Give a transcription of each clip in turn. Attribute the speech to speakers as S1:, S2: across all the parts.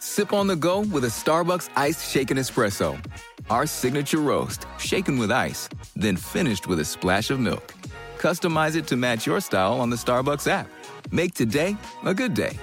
S1: Sip on the go with a Starbucks iced shaken espresso. Our signature roast, shaken with ice, then finished with a splash of milk. Customize it to match your style on the Starbucks app. Make today a good day.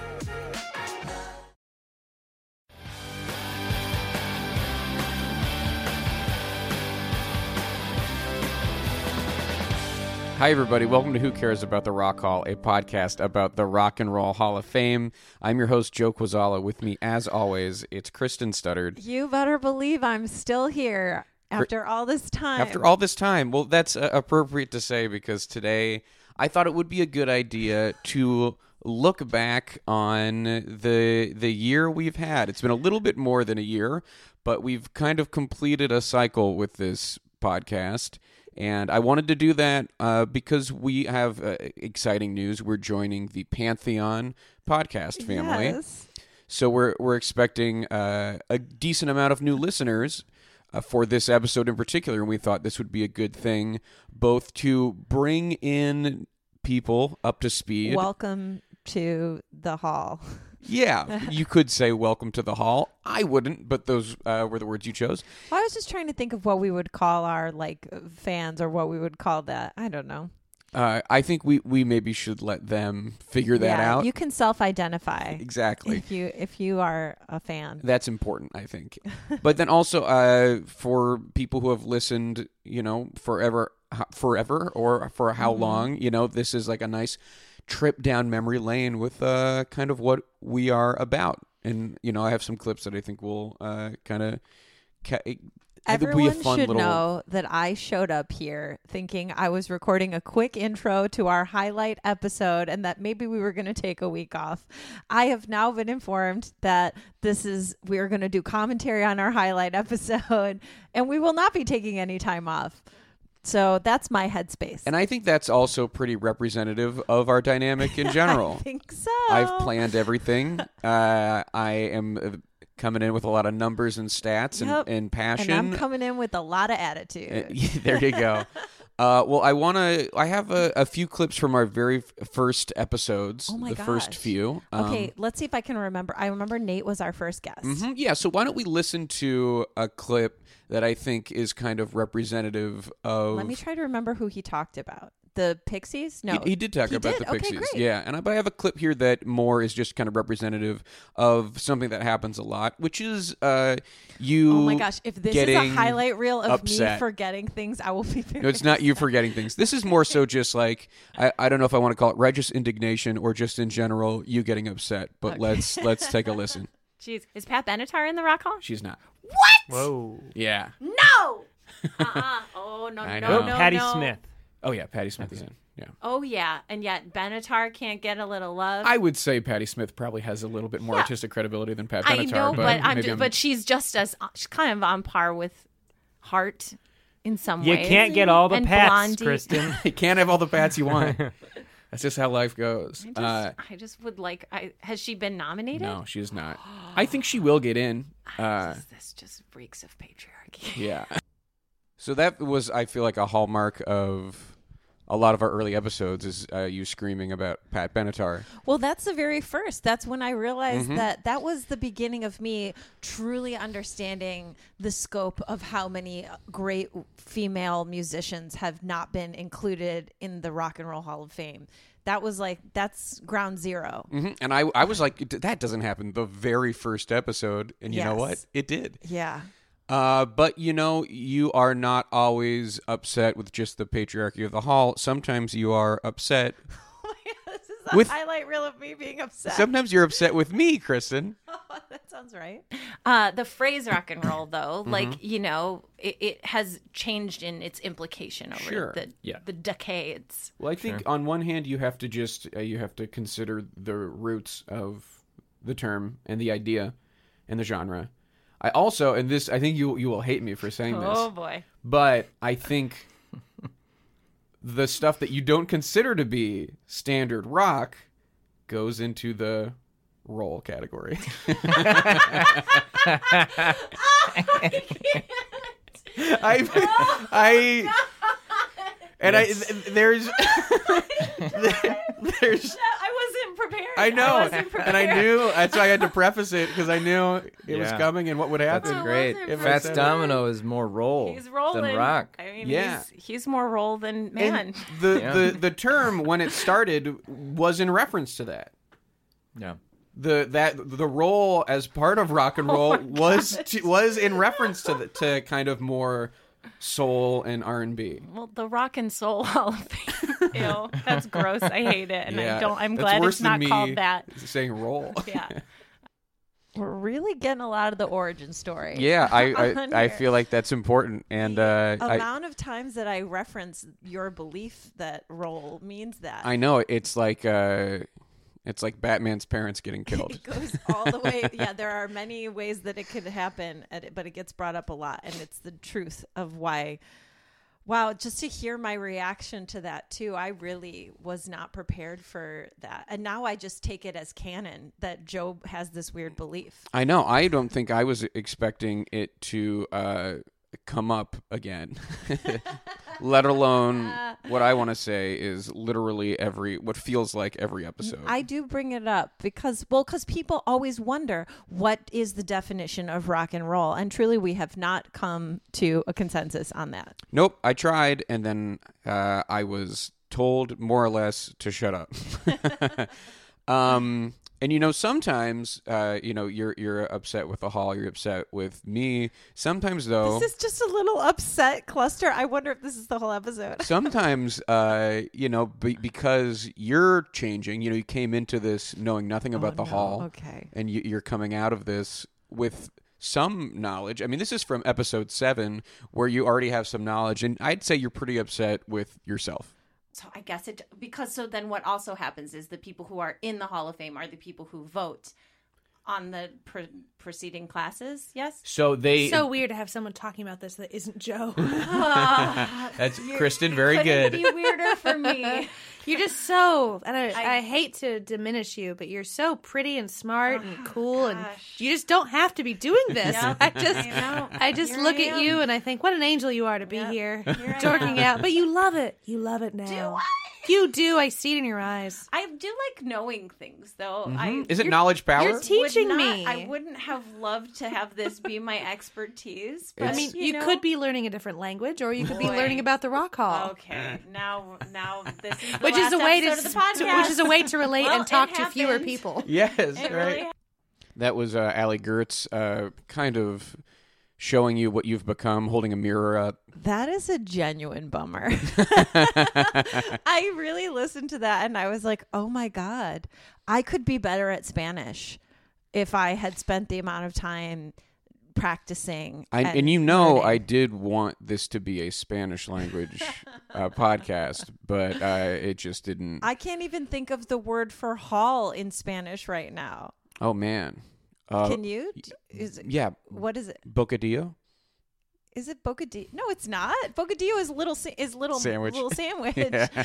S2: Hi, everybody. Welcome to Who Cares About the Rock Hall, a podcast about the Rock and Roll Hall of Fame. I'm your host, Joe Quazala. With me, as always, it's Kristen Studdard.
S3: You better believe I'm still here after all this time.
S2: After all this time, well, that's uh, appropriate to say because today I thought it would be a good idea to look back on the the year we've had. It's been a little bit more than a year, but we've kind of completed a cycle with this podcast. And I wanted to do that uh, because we have uh, exciting news. We're joining the Pantheon podcast family.
S3: Yes.
S2: So we're we're expecting uh, a decent amount of new listeners uh, for this episode in particular, and we thought this would be a good thing both to bring in people up to speed.
S3: Welcome to the hall.
S2: yeah, you could say "Welcome to the Hall." I wouldn't, but those uh, were the words you chose.
S3: Well, I was just trying to think of what we would call our like fans or what we would call that. I don't know.
S2: Uh, I think we we maybe should let them figure that
S3: yeah,
S2: out.
S3: You can self-identify
S2: exactly.
S3: if you if you are a fan.
S2: That's important, I think. but then also uh, for people who have listened, you know, forever, ho- forever, or for
S3: Mm-hmm.
S2: how long, you know, this is like a nice trip down memory lane with uh, kind of what we are about. And you know, I have some clips that I think will uh, kind of. Ca- I think
S3: Everyone
S2: it'll be a fun
S3: should
S2: little.
S3: know that I showed up here thinking I was recording a quick intro to our highlight episode and that maybe we were going to take a week off. I have now been informed that this is, we are going to do commentary on our highlight episode and we will not be taking any time off. So that's my headspace.
S2: And I think that's also pretty representative of our dynamic in general.
S3: think so.
S2: I've planned everything. uh, I am uh, coming in with a lot of numbers and stats and,
S3: Yep.
S2: and passion.
S3: And I'm coming in with a lot of attitude.
S2: Uh, yeah, there you go. Uh, well, I want to. I have a, a few clips from our very f- first episodes.
S3: oh my
S2: the
S3: gosh.
S2: first few. Um,
S3: okay, let's see if I can remember. I remember Nate was our first guest.
S2: mhm, yeah. So why don't we listen to a clip that I think is kind of representative of.
S3: Let me try to remember who he talked about. The Pixies? No.
S2: He, he did talk
S3: he
S2: about
S3: did?
S2: the Pixies.
S3: Okay, great.
S2: Yeah, and I, but I have a clip here that more is just kind of representative of something that happens a lot, which is uh, you.
S3: Oh my gosh, if this is a
S2: getting
S3: highlight reel of me
S2: upset.
S3: forgetting things, I will be very
S2: No, it's not you forgetting things. This is more so just like I, I don't know if I want to call it righteous indignation or just in general you getting upset. But let's let's take a listen.
S4: Jeez, is Pat Benatar in the Rock Hall?
S5: She's not.
S6: Whoa.
S5: Yeah.
S4: No. uh-uh. Oh no
S2: I
S4: no
S2: know.
S6: Oh,
S4: no no.
S6: Patty Smith.
S5: Oh yeah, Patty Smith. is in.
S2: Yeah.
S4: Oh yeah, and yet Benatar can't get a little love.
S5: I would say Patty Smith probably has a little bit more artistic credibility than Pat Benatar.
S4: I know, but I'm,
S5: maybe
S4: ju- but she's just as uh, she's kind of on par with Hart in some
S6: You
S4: ways.
S6: can't get all the
S4: and
S6: pats,
S4: Blondie.
S6: Kristen.
S5: you can't have all the bats you want. That's just how life goes.
S4: I just,
S5: Uh,
S4: I just would like. I, has she been nominated?
S5: no, she's not. I think she will get in. Uh,
S4: This- this just reeks of patriarchy.
S5: yeah.
S2: So that was I feel like a hallmark of a lot of our early episodes is uh, you screaming about Pat Benatar.
S3: Well, that's the very first. That's when I realized
S2: Mm-hmm.
S3: that that was the beginning of me truly understanding the scope of how many great female musicians have not been included in the Rock and Roll Hall of Fame. that was like that's ground 0
S2: Mhm. And I, I was like, that doesn't happen the very first episode. And you know what?
S3: Yes.
S2: It did.
S3: Yeah.
S2: Uh, but you know, you are not always upset with just the patriarchy of the hall. Sometimes you are upset.
S3: Oh this is the
S2: With-
S3: highlight reel of me being upset.
S2: Sometimes you're upset with me, Kristen.
S3: that sounds right.
S4: Uh, the phrase rock and roll, though,
S5: Mm-hmm.
S4: like, you know, it, it has changed in its implication over
S2: Sure.
S4: the,
S5: Yeah.
S4: the decades.
S5: Well, I think on one hand you have to just uh, you have to consider the roots of the term and the idea and the genre. I also and this I think you you will hate me for saying this,
S4: Oh, boy.
S5: but I think the stuff that you don't consider to be standard rock goes into the roll category. I I
S4: Oh,
S5: and I there's there's
S4: I wasn't prepared.
S5: I know,
S4: wasn't
S5: and I
S4: prepared.
S5: knew that's why I had to preface it because I knew it was
S6: Yeah.
S5: coming and what would
S6: That's
S5: happen.
S4: Oh,
S6: great.
S4: wasn't
S6: Fats
S5: prepared.
S6: Domino is more roll
S4: He's rolling.
S6: than rock.
S4: I mean,
S5: Yeah.
S4: he's, he's more roll than man.
S5: And the,
S6: Yeah.
S5: the the term when it started was in reference to that.
S6: Yeah.
S5: The that the role as part of rock
S4: Oh
S5: and roll was to, was in reference to the, to kind of more soul and R and B.
S4: Well, the Rock and Soul Hall of Fame. Ew, that's gross. I hate it, and I don't. I'm
S5: that's
S4: glad
S5: worse
S4: it's
S5: than
S4: not
S5: me
S4: called that.
S5: Saying roll.
S4: Yeah,
S3: We're really getting a lot of the origin story.
S2: Yeah, I,
S3: On
S2: I, I
S3: here.
S2: feel like that's important. And uh,
S3: The
S2: I,
S3: amount of times that I reference your belief that roll means that.
S2: I know it's like uh, it's like Batman's parents getting killed.
S3: it goes all the way. Yeah, there are many ways that it could happen, and it- but it gets brought up a lot, and it's the truth of why. Wow, just to hear my reaction to that too, I really was not prepared for that, and now I just take it as canon that Job has this weird belief.
S2: I know. I don't think I was expecting it to uh, come up again. Let alone what I want to say is literally every what feels like every episode.
S3: I do bring it up because well cuz people always wonder what is the definition of rock and roll and truly we have not come to a consensus on that.
S2: nope. I tried, and then uh, I was told more or less to shut up. um, and you know, sometimes uh, you know you're you're upset with the hall. You're upset with me. Sometimes though,
S3: This is just a little upset cluster. I wonder if this is the whole episode.
S2: sometimes uh you know be- because you're changing you know you came into this knowing nothing about the
S3: Oh, no.
S2: hall
S3: Okay.
S2: and you- you're coming out of this with some knowledge i mean this is from episode 7 where you already have some knowledge and i'd say you're pretty upset with yourself
S4: so I guess it because so then what also happens is the people who are in the Hall of Fame are the people who vote on the pre- preceding classes. Yes.
S6: So they
S7: so weird to have someone talking about this that isn't Joe.
S6: That's Kristen very good.
S4: Couldn't Be weirder for me.
S7: You're just so, and I, I, hate to diminish you, but you're so pretty and smart
S4: Oh,
S7: and cool, and you just don't have to be doing this. I just, I just look at you and I think, what an angel you are to be here, dorking out. But you love it. You love it now. You do. I see it in your eyes.
S4: I do like knowing things, though.
S3: Mm-hmm.
S2: Mm-hmm.
S4: I
S5: Is it knowledge power?
S7: You're teaching
S4: would not-
S7: me.
S4: I wouldn't have loved to have this be my expertise. But
S7: I mean, you,
S4: know-
S7: could be learning a different language, or you could be
S4: Boy.
S7: learning about the rock hall.
S4: Okay, now now this is the
S7: Which is
S4: last
S7: a way to,
S4: episode of the podcast.
S7: which is a way to relate
S4: Well,
S7: and talk
S4: it
S7: to fewer
S4: happened.
S7: people.
S5: yes, right.
S4: It really
S2: that was uh ali gertz uh kind of showing you what you've become holding a mirror up
S3: That is a genuine bummer. I really listened to that and I was like, oh my God, I could be better at Spanish if I had spent the amount of time practicing.
S2: I, and you know, I did want this to be a Spanish language uh, podcast, but uh, it just didn't.
S3: I can't even think of the word for hall in Spanish right now.
S2: oh man, uh,
S3: Can you? D- Is it,
S2: yeah,
S3: What is it?
S2: bocadillo.
S3: Is it bocadillo? No, it's not. Bocadillo is little sa- is little
S2: Sandwich.
S3: little sandwich.
S2: Yeah,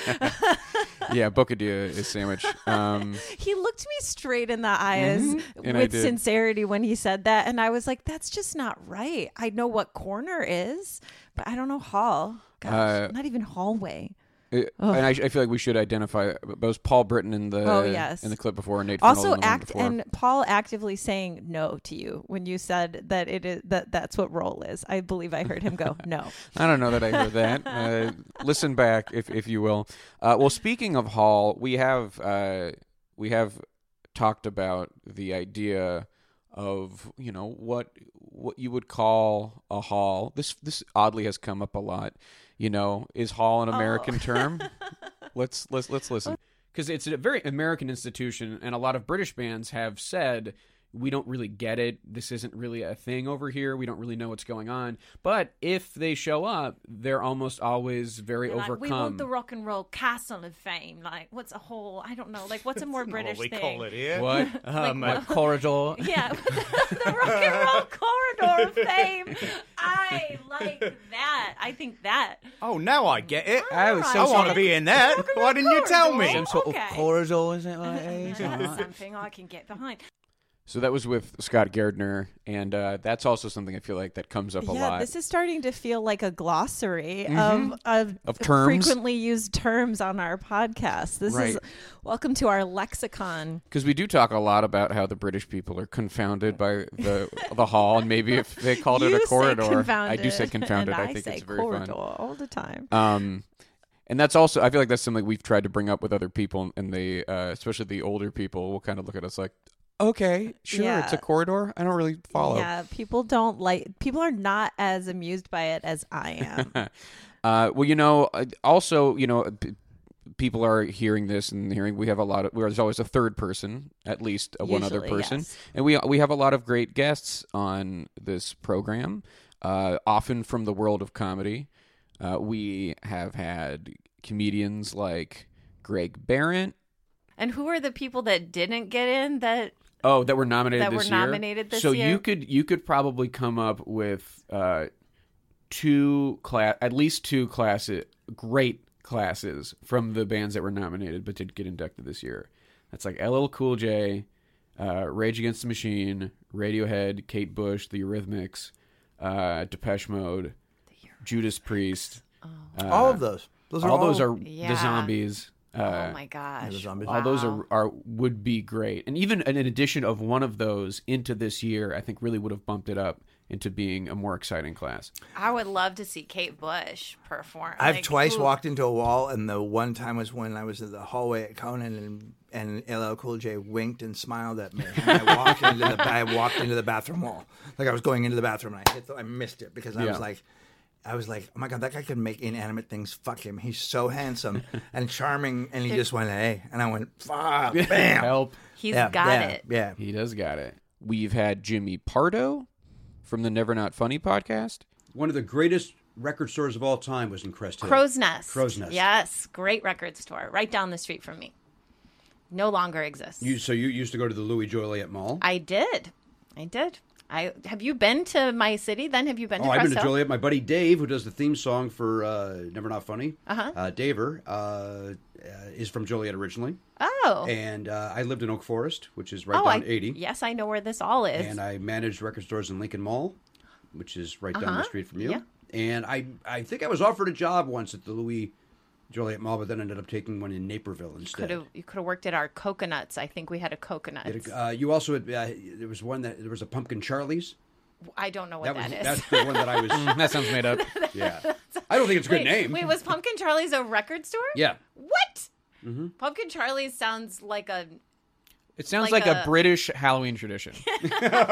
S2: bocadillo is sandwich. Um,
S3: He looked me straight in the eyes
S2: Mm-hmm. And I
S3: with
S2: did.
S3: sincerity when he said that. And I was like, that's just not right. I know what corner is, but I don't know hall. Gosh, not even hallway.
S2: Uh, and I, I feel like we should identify both Paul Britton in the
S3: Oh,
S2: uh,
S3: yes.
S2: in the clip before and Nate Fennell
S3: also
S2: in the one
S3: act
S2: before.
S3: and Paul actively saying no to you when you said that it is that that's what role is. I believe I heard him go no.
S2: I don't know that I heard that. Uh, listen back, if if you will. Uh, well, speaking of Hall, we have uh, we have talked about the idea of you know what what you would call a Hall. This this oddly has come up a lot. You know, is Hall
S3: Oh.
S2: an American term? Let's let's let's listen because it's a very American institution, and a lot of British bands have said we don't really get it. This isn't really a thing over here. We don't really know what's going on. But if they show up, they're almost always very
S4: They're like,
S2: overcome.
S4: we want the rock and roll castle of fame. Like, what's a whole? I don't know. Like, what's a more British
S8: what Oh,
S4: thing?
S8: we call it here. Oh,
S2: what? Uh-huh,
S6: Um, a corridor.
S4: Yeah, the rock and roll corridor of fame. I like that. I think that.
S8: Oh, now I get it.
S2: I was so
S8: I want
S2: sorry.
S8: to be in that. Why didn't you tell me?
S6: Some sort
S4: Okay.
S6: of corridor, isn't it? Like, eh?
S4: That's something I can get behind.
S2: So that was with Scott Gardner, and uh, that's also something I feel like that comes up a
S3: yeah,
S2: lot. Mm-hmm.
S3: this is starting to feel like a glossary of, of
S2: Of terms.
S3: frequently used terms on our podcast. This
S2: Right.
S3: is welcome to our lexicon.
S2: Because we do talk a lot about how the British people are confounded by the the hall, and maybe if they called it
S3: You
S2: a
S3: say
S2: corridor, I
S3: confounded,
S2: do say confounded.
S3: and
S2: I think
S3: say
S2: it's very
S3: corridor
S2: fun.
S3: all the time.
S2: Um, and that's also I feel like that's something we've tried to bring up with other people, and they, uh, especially the older people, will kind of look at us like, "Okay, sure, it's a
S3: Yeah.
S2: corridor. I don't really follow."
S3: Yeah, people don't like people are not as amused by it as I am.
S2: Uh, well, you know, uh, also, you know, p- people are hearing this and hearing we have a lot of where there's always a third person, at least uh, one other
S3: Usually,
S2: person,
S3: yes.
S2: and we we have a lot of great guests on this program, uh, often from the world of comedy. Uh, we have had comedians like Greg Barrett.
S4: And who are the people that didn't get in? That
S2: Oh, that were nominated
S4: That were
S2: this year.
S4: nominated this
S2: so
S4: year?
S2: you could you could probably come up with uh, two class at least two classes great classes from the bands that were nominated but did get inducted this year. That's like LL Cool J, uh, Rage Against the Machine, Radiohead, Kate Bush, The Eurythmics, uh, Depeche Mode, Judas Priest. uh,
S8: all of those. Those are
S2: all those are
S4: Oh. Yeah.
S2: the zombies. Uh,
S4: oh my gosh,
S8: the zombies.
S2: all those
S4: Wow.
S2: are, are would be great and even an addition of one of those into this year i think really would have bumped it up into being a more exciting class
S4: I would love to see Kate Bush perform.
S8: I've
S4: Like,
S8: twice
S4: ooh.
S8: walked into a wall, and the one time was when I was in the hallway at Conan, and and LL Cool J winked and smiled at me. And I walked into the I walked into the bathroom wall, like I was going into the bathroom, and I hit the, I missed it because I
S2: Yeah.
S8: was like. I was like, oh my god, that guy can make inanimate things. Fuck him. He's so handsome and charming, and he just went, hey. And I went, fuck, bam.
S2: help
S4: He's
S8: yeah,
S4: got
S8: yeah,
S4: it.
S8: Yeah.
S2: he does got it we've had jimmy pardo from the never not funny podcast
S9: One of the greatest record stores of all time was in Crest Hill.
S4: Crow's Nest.
S9: Crow's Nest.
S4: Yes, great record store right down the street from me. No longer exists.
S9: You, so you used to go to the Louis Joliet Mall.
S4: I did. I did. I have you been to my city? Then have you been
S9: oh,
S4: to
S9: I've been
S4: Crest
S9: to
S4: Hill?
S9: Joliet. My buddy Dave, who does the theme song for uh, Never Not Funny, uh-huh. uh, Daver, uh, uh, is from Joliet originally.
S4: Oh,
S9: And uh, I lived in Oak Forest, which is right
S4: oh,
S9: down
S4: I,
S9: 80.
S4: Yes, I know where this all is.
S9: and I managed record stores in Lincoln Mall, which is right down the street from you.
S4: Uh-huh. Yeah.
S9: And I, I think I was offered a job once at the Louis Joliet Mall, but then ended up taking one in Naperville
S4: could
S9: instead.
S4: have you could have worked at our coconuts. I think we had a coconut.
S9: Did it- uh, you also had, uh, there was one that there was a Pumpkin Charlie's.
S4: I don't know what
S9: was
S4: that is.
S9: that's the one that I was.
S2: Mm, that sounds made up
S9: yeah, I don't think it's a good
S4: wait,
S9: name.
S4: Wait, was Pumpkin Charlie's a record store?
S9: yeah, mm-hmm.
S4: What? Pumpkin Charlie's sounds like a
S2: it sounds
S4: Like
S2: like, a,
S4: a-
S2: british halloween tradition you know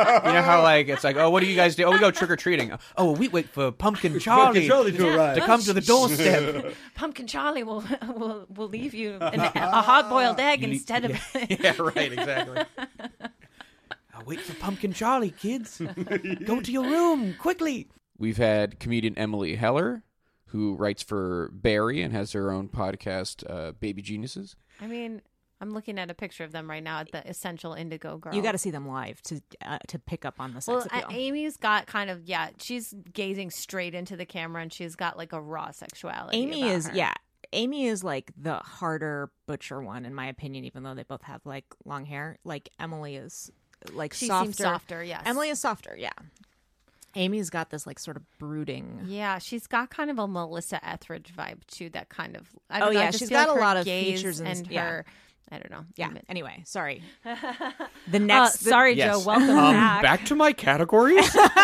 S2: how like it's like oh what do you guys do oh we go trick-or-treating
S6: Oh, we wait for Pumpkin Charlie,
S9: Charlie to arrive.
S6: to come to the doorstep.
S4: Pumpkin Charlie will will will leave you an, a hard boiled egg instead of
S9: yeah, right, exactly.
S6: I wait for Pumpkin Charlie, kids. Go to your room quickly.
S2: We've had comedian Emily Heller, who writes for Barry and has her own podcast, uh, Baby Geniuses.
S4: I mean, I'm looking at a picture of them right now at the Essential Indigo Girl.
S10: You got to see them live to uh, to pick up on the sex
S4: Well,
S10: appeal.
S4: A- Amy's got kind of yeah. She's gazing straight into the camera, and she's got like a raw sexuality.
S10: Amy
S4: about
S10: is
S4: her.
S10: yeah. Amy is like the harder butcher one in my opinion, even though they both have like long hair. Like Emily is like
S4: She
S10: softer.
S4: seems softer, yes.
S10: Emily is softer. Yeah. Amy's got this like sort of brooding.
S4: Yeah, she's got kind of a Melissa Etheridge vibe too. That kind of I
S10: oh
S4: don't know, I
S10: yeah,
S4: just
S10: she's
S4: feel
S10: got
S4: like her
S10: a lot of
S4: gaze
S10: features and,
S4: and
S10: yeah.
S4: her. I don't know.
S10: Yeah. Anyway, sorry.
S4: Uh,
S10: The next. the-
S4: sorry, Joe. Welcome
S5: Um,
S4: back.
S5: to my categories. um,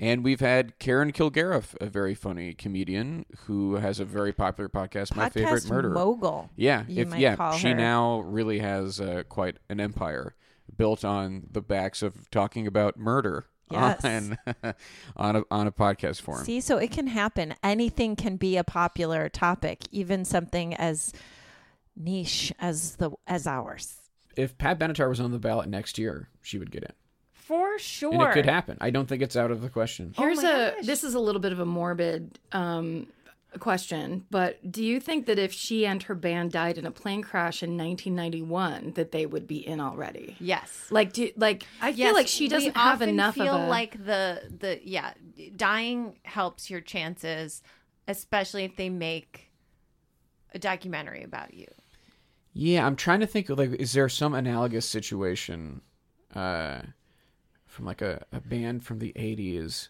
S2: And we've had Karen Kilgariff, a very funny comedian who has a very popular podcast, My Favorite
S3: Podcast
S2: Murder.
S3: mogul,
S2: Yeah,
S3: you
S2: if
S3: might
S2: yeah,
S3: call
S2: she
S3: her.
S2: now really has uh, quite an empire built on the backs of talking about murder
S3: Yes.
S2: on on a, on a podcast form.
S3: See, so it can happen. Anything can be a popular topic, even something as niche as the as ours.
S5: if Pat Benatar was on the ballot next year, she would get in.
S11: For sure.
S5: And it could happen. I don't think it's out of the question.
S4: Oh
S11: Here's a this is a little bit of a morbid um, question, but do you think that if she and her band died in a plane crash in 1991, that they would be in already?
S4: Yes.
S11: Like, do like I feel
S4: Yes,
S11: like she
S4: we
S11: doesn't have
S4: often
S11: enough
S4: feel
S11: of a
S4: like the the yeah, dying helps your chances, especially if they make a documentary about you.
S5: Yeah, I'm trying to think. Like, is there some analogous situation uh, from like a, a band from the '80s?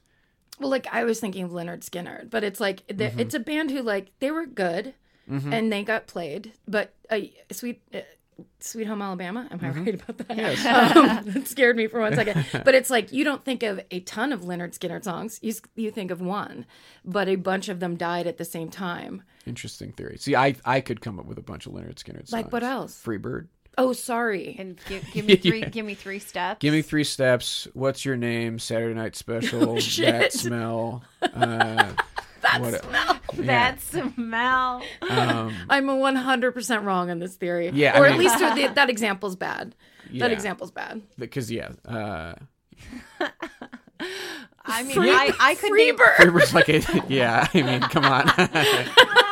S11: Well, like I was thinking of Leonard Skinner, but it's like the,
S5: Mhm.
S11: it's a band who like they were good
S5: Mhm.
S11: and they got played, but uh, sweet. Uh, Sweet Home Alabama. Am I
S5: Mhm.
S11: right about that?
S5: Yes.
S11: Um, it scared me for one second. But it's like you don't think of a ton of Leonard Skinner songs. You s- you think of one, but a bunch of them died at the same time.
S5: Interesting theory. See, I I could come up with a bunch of Leonard Skinner songs.
S11: Like what else?
S5: Free Bird.
S11: Oh, sorry.
S4: And give, give me three.
S5: Yeah.
S4: Give me three steps.
S5: Give me three steps. What's your name? Saturday Night Special.
S11: Oh,
S4: shit.
S5: That smell. Uh, what- Yeah.
S4: That smell.
S5: Um,
S11: I'm 100% wrong on this theory.
S5: Yeah, I
S11: Or at
S5: mean-
S11: least the, that example's bad.
S5: Yeah.
S11: That example's bad.
S5: Because yeah, uh,
S4: I mean,
S11: Free-
S4: I, I could
S11: free
S4: name-
S11: bird.
S5: Free Bird's like a, yeah. I mean, come on.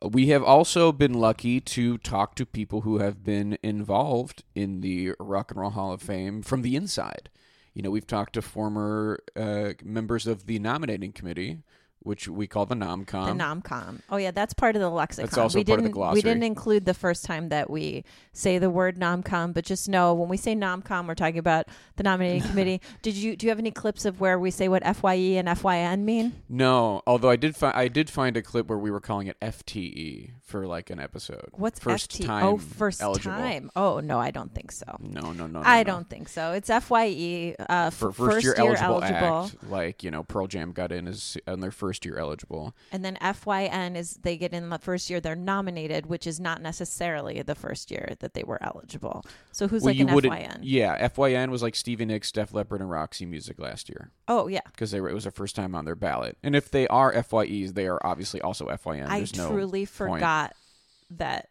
S2: We have also been lucky to talk to people who have been involved in the Rock and Roll Hall of Fame from the inside. You know, we've talked to former uh, members of the nominating committee, which we call the NomCom.
S3: The nomcom. Oh yeah, that's part of the lexicon.
S2: Um, also
S3: we
S2: part of the
S3: didn't,
S2: glossary.
S3: We didn't include the first time that we say the word nomcom, but just know when we say nomcom, we're talking about the nominating committee. Did you do you have any clips of where we say what FYE and FYN mean?
S2: No, although I did find I did find a clip where we were calling it FTE for like an episode.
S3: What's
S2: first
S3: FT?
S2: time?
S3: oh, first
S2: eligible.
S3: time. Oh no, I don't think so.
S2: No, no, no. no
S3: I
S2: no.
S3: don't think so. It's FYE uh,
S2: For
S3: f-
S2: first, year, eligible, act, like you know, Pearl Jam got in as on their first year eligible.
S3: And then FYN is they get in the first year they're nominated, which is not necessarily the first year that they were eligible. So who's
S2: Well,
S3: like
S2: you
S3: an
S2: wouldn't-
S3: FYN?
S2: Yeah, FYN was like Stevie Nicks, Def Leppard, and Roxy Music last year.
S3: Oh, yeah.
S2: because they were it was their first time on their ballot. And if they are FYEs, they are obviously also FYN.
S3: I
S2: There's no
S3: truly
S2: point.
S3: forgot that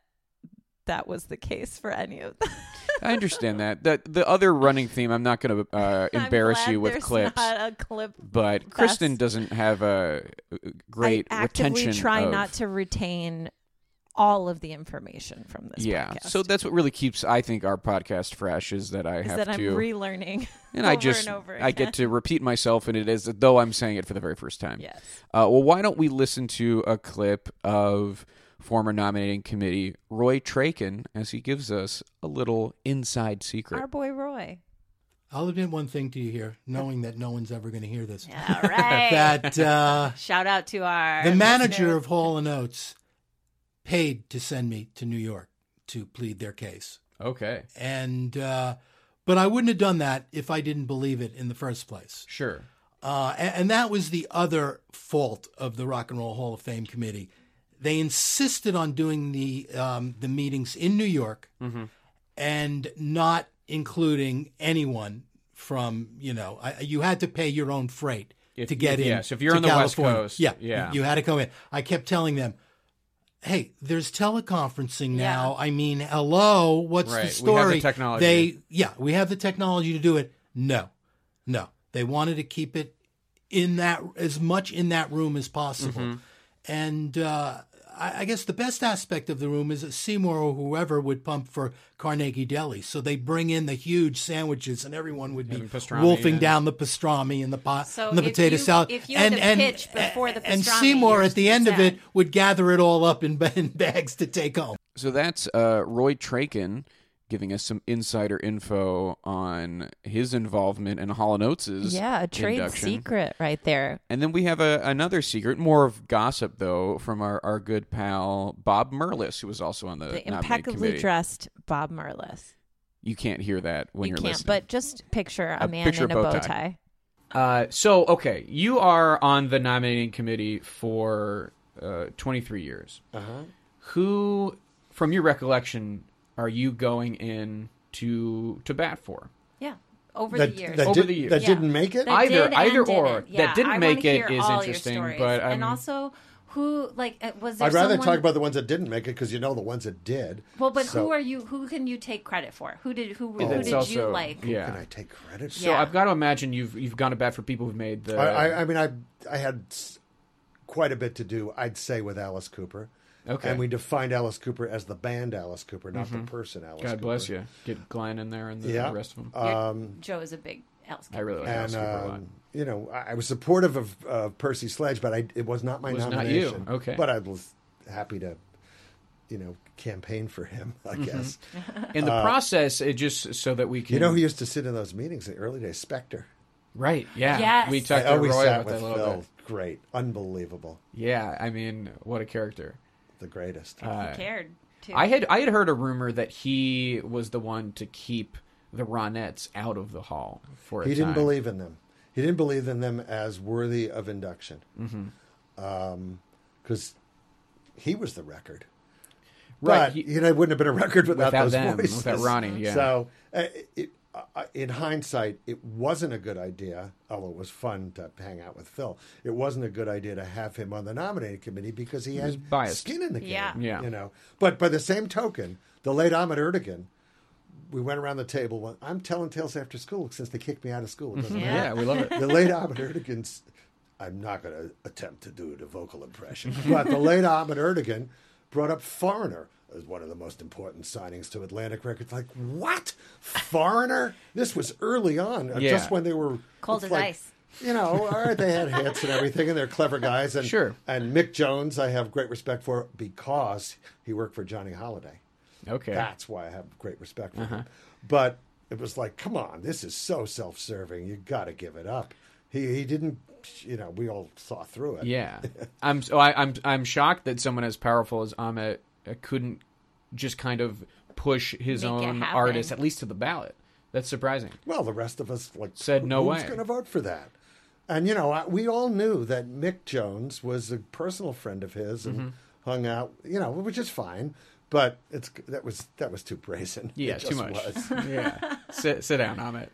S3: that was the case for any of them.
S2: I understand that. The the other running theme. I'm not going to uh,
S3: I'm
S2: embarrass
S3: glad
S2: you with
S3: there's
S2: clips.
S3: Not a clip.
S2: but
S3: fest.
S2: Kristen doesn't have a uh, great
S3: I actively
S2: retention.
S3: try
S2: of-
S3: not to retain all of the information from this.
S2: yeah,
S3: podcast.
S2: so that's what really keeps I think our podcast fresh is that I
S3: is
S2: have
S3: that I'm
S2: to
S3: relearning
S2: and
S3: over
S2: I just
S3: and over again.
S2: I get to repeat myself, and it is as though I'm saying it for the very first time.
S3: Yes.
S2: Uh, well, why don't we listen to a clip of former nominating committee Roy Traken as he gives us a little inside secret.
S3: our boy Roy.
S12: I'll admit one thing to you here, knowing that no one's ever going to hear this.
S4: All right.
S12: that uh,
S4: Shout out to our
S12: the
S4: listener.
S12: manager of Hall and Oates paid to send me to New York to plead their case.
S5: Okay.
S12: And uh, but I wouldn't have done that if I didn't believe it in the first place.
S5: Sure.
S12: Uh, a- and, that was the other fault of the Rock and Roll Hall of Fame committee. They insisted on doing the um, the meetings in New York
S5: Mm-hmm.
S12: and not including anyone from you know I, you had to pay your own freight
S5: If-
S12: to get
S5: if-
S12: in.
S5: yeah, so if you're
S12: to
S5: on the West
S12: California.
S5: Coast,
S12: yeah,
S5: yeah.
S12: you had to come in. I kept telling them, "Hey, there's teleconferencing now. I mean, hello, what's
S5: Right, we
S12: the
S5: have the
S12: story?
S5: technology.
S12: They yeah, we have the technology to do it. No, no, they wanted to keep it in that as much in that room as possible.
S5: Mm-hmm.
S13: Mhm.
S12: And uh, I, I guess the best aspect of the room is that Seymour or whoever would pump for Carnegie Deli. So they bring in the huge sandwiches, and everyone would be
S5: pastrami
S12: wolfing
S5: and-
S12: down the pastrami and the pot
S4: So
S12: and the
S4: if
S12: potato
S4: you-
S12: salad.
S4: if you had
S12: and,
S4: to
S12: and,
S4: pitch before the
S12: and
S4: pastrami,
S12: Seymour
S4: you're
S12: at the end of
S4: set.
S12: it would gather it all up in, in bags to take home.
S2: So that's uh, Roy Traken giving us some insider info on his involvement in Hall & Oates'
S3: yeah, a trade
S2: induction.
S3: secret right there.
S2: And then we have a, another secret, more of gossip though, from our, our good pal Bob Merlis, who was also on the,
S3: The
S2: nominating
S3: impeccably
S2: uh, committee.
S3: dressed Bob Merlis.
S2: You can't hear that when
S3: you
S2: are
S3: can't,
S2: listening.
S3: but just picture a, man
S2: picture
S3: in a
S2: bow
S3: bow
S2: tie.
S3: tie.
S5: Uh, so okay, you are on the nominating committee for uh, 23 years.
S13: Uh-huh.
S5: Who, from your recollection, are you going in to to bat for?
S4: Yeah. Over
S5: That-
S4: the years.
S5: that Over did- the years. that didn't make it? Either-
S4: did and
S5: either
S4: didn't.
S5: or. That
S4: Yeah,
S5: didn't
S4: I
S5: make
S4: wanna
S5: it
S4: hear
S5: is
S4: all your
S5: interesting,
S4: stories.
S5: but,
S4: and
S5: um,
S4: also, who like uh, was there?
S13: I'd rather
S4: someone-
S13: talk about the ones that didn't make it because you know the ones that did.
S4: Well, but
S13: So-
S4: who are you? Who can you take credit for? Who did who?
S5: And
S4: who
S5: that's
S4: did you
S5: also-
S4: like?
S5: Yeah.
S13: Can I take credit?
S5: So I've got to imagine you've you've gone to bat for people who've made the.
S13: I, I, I mean, I I had s- quite a bit to do. I'd say with Alice Cooper.
S5: Okay.
S13: And we defined Alice Cooper as the band Alice Cooper, not
S5: Mhm.
S13: the person Alice.
S5: God
S13: Cooper.
S5: bless you. Get Glenn in there and the,
S13: yeah.
S5: the rest of them.
S4: You're-
S13: Um,
S4: Joe is a big Alice.
S5: I really like Alice
S13: and
S5: Cooper a lot.
S13: um, you know, I, I was supportive of uh, Percy Sledge, but I, it was not my
S5: Was not
S13: nomination.
S5: you. Okay.
S13: But I was happy to, you know, campaign for him. I
S5: Mhm.
S13: guess.
S5: In the
S13: Uh,
S5: process, it just so that we can.
S13: you know who used to sit in those meetings in the early days? Spectre.
S5: Right. Yeah.
S13: Yes.
S5: We talked to
S13: I always
S5: Roy
S13: sat
S5: about that a
S13: with
S5: little
S13: Phil.
S5: bit.
S13: Great. Unbelievable.
S5: Yeah. I mean, what a character.
S13: The greatest.
S5: Uh,
S4: cared, too.
S5: I had I had heard a rumor that he was the one to keep the Ronettes out of the hall for a
S13: He didn't
S5: time.
S13: believe in them. He didn't believe in them as worthy of induction.
S5: Mhm.
S13: Because he was the record.
S5: Right,
S13: But, you know, it wouldn't have been a record without,
S5: Without
S13: those
S5: them,
S13: voices.
S5: without Ronnie, yeah.
S13: So, uh, it, uh, in hindsight, it wasn't a good idea, although it was fun to hang out with Phil. It wasn't a good idea to have him on the nominating committee because he,
S5: He was
S13: had
S5: biased.
S13: skin in the game.
S5: Yeah. Yeah.
S13: You know, but by the same token, the late Ahmed Erdogan, we went around the table. Well, I'm telling tales after school since they kicked me out of school. It doesn't
S5: Mhm.
S13: matter.
S5: Yeah, we love it.
S13: The late Ahmed Erdogan's. I'm not going to attempt to do the vocal impression, but the late Ahmed Erdogan brought up Foreigner as one of the most important signings to Atlantic Records. Like what? Foreigner? This was early on, uh,
S5: Yeah.
S13: just when they were
S4: Cold
S13: it's
S4: as
S13: like,
S4: ice.
S13: You know, all right, they had hits and everything, and they're clever guys. And
S5: Sure.
S13: And Mick Jones, I have great respect for because he worked for Johnny Holiday.
S5: Okay.
S13: That's why I have great respect for
S5: Uh-huh.
S13: him. But it was like, come on, this is so self serving. You got to give it up. He, he didn't, you know, we all saw through it.
S5: Yeah, I'm so I, I'm I'm shocked that someone as powerful as Ahmet uh, couldn't just kind of push his
S13: Make it
S5: own
S13: happen.
S5: artist at least to the ballot. That's surprising.
S13: Well, the rest of us like
S5: said no
S13: who's
S5: way.
S13: going to vote for that? And you know, I, we all knew that Mick Jones was a personal friend of his and
S5: Mhm.
S13: hung out, you know, which is fine. But it's that was that was too brazen.
S5: Yeah,
S13: It
S5: too
S13: just
S5: much.
S13: was.
S5: yeah, sit sit down, Ahmet.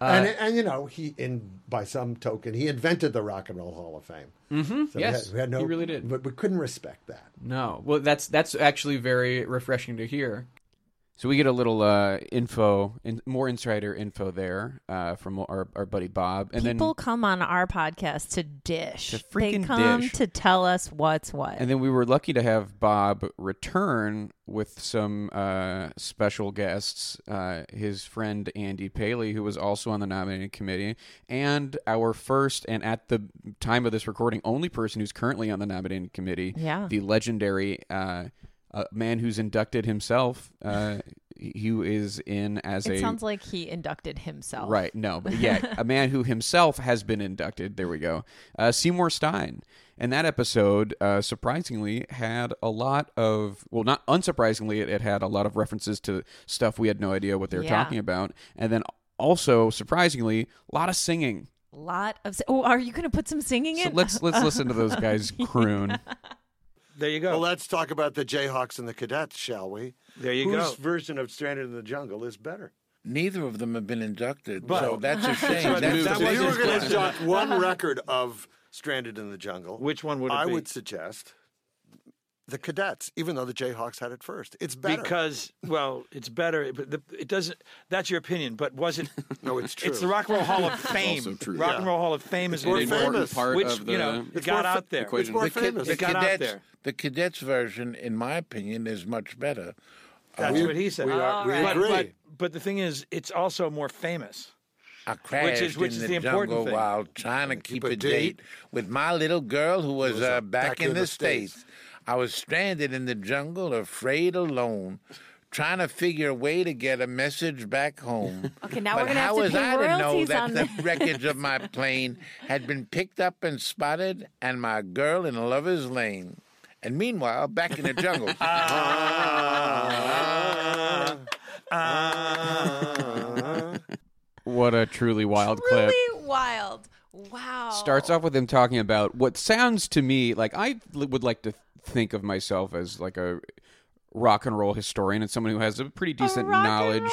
S5: Uh,
S13: and and you know he in by some token he invented the Rock and Roll Hall of Fame.
S5: Mhm,
S13: we
S5: yes,
S13: had- we had no,
S5: he
S13: really did, but we couldn't respect that.
S5: no, well that's that's actually very refreshing to hear.
S2: So we get a little uh, info, in, more insider info there uh, from our, our buddy Bob, and
S3: People
S2: then
S3: come on our podcast to dish.
S2: To
S3: they
S2: freaking
S3: come
S2: dish.
S3: to tell us what's what.
S2: and then we were lucky to have Bob return with some uh, special guests, uh, his friend Andy Paley, who was also on the nominating committee, and our first and at the time of this recording only person who's currently on the nominating committee,
S3: Yeah.
S2: the legendary uh, uh, man who's inducted himself, uh, who is in as
S3: it
S2: a
S3: sounds like he inducted himself.
S2: Right. No. But yeah, um, a man who himself has been inducted. There we go. Uh, Seymour Stein. And that episode, uh, surprisingly, had a lot of well, not unsurprisingly, it, it had a lot of references to stuff we had no idea what they were
S3: Yeah.
S2: talking about, and then also surprisingly, a lot of singing.
S3: Lot of. Oh, are you going to put some singing
S2: So
S3: in?
S2: let's let's listen to those guys croon.
S13: There you go. Well, let's talk about the Jayhawks and the Cadets, shall we?
S14: There you
S13: Whose
S14: go.
S13: version of Stranded in the Jungle is better?
S14: Neither of them have been inducted,
S13: But-
S14: so that's a shame.
S13: But
S14: That-
S13: Oh. if
S14: that
S13: you were
S14: wasn't
S13: going to
S14: good.
S13: judge one
S14: Uh-huh.
S13: record of Stranded in the Jungle, which one
S14: would it
S13: I
S14: be?
S13: would suggest the Cadets, even though the Jayhawks had it first. It's better.
S14: Because, well, it's better. But the, it doesn't. That's your opinion. But was it?
S13: no, it's
S14: It's
S13: true.
S14: the Rock and Roll Hall of
S13: It's
S14: Fame.
S13: also true.
S14: Rock and
S13: Yeah.
S14: Roll Hall of Fame is
S13: It's more
S14: which-
S13: famous part
S14: which
S13: of
S14: you
S13: the
S14: know
S13: It's
S14: got
S13: more fa-
S14: out there.
S13: it's more
S14: The kid-
S13: famous.
S14: The
S13: It got out
S14: cadets,
S13: there.
S14: the cadets version, in my opinion, is much better.
S13: That's
S14: Uh,
S13: what he said. We are- we
S14: But-
S13: agree.
S14: But, but the thing is, it's also more famous.
S13: I
S14: which is
S13: crashed
S14: which
S13: in
S14: is
S13: the
S14: the, important
S13: jungle
S14: thing.
S13: while
S14: trying to keep,
S13: a
S14: a
S13: date
S14: date with my little girl who was, uh, back, in, the states. I was stranded in the jungle, afraid alone.
S15: trying to figure a way to get a message back home.
S4: Okay, now
S15: But
S4: we're gonna
S15: how
S4: have to
S15: was
S4: pay
S15: I to know
S4: royalties
S15: that
S4: on
S15: the
S4: this?
S15: wreckage of my plane had been picked up and spotted, and my girl in lover's lane? And meanwhile, back in the jungle.
S14: Ah. Ah.
S2: What a truly wild clip.
S3: Really wild. Wow.
S2: starts off with him talking about what sounds to me like I l- would like to think of myself as like a rock and roll historian and someone who has a pretty decent knowledge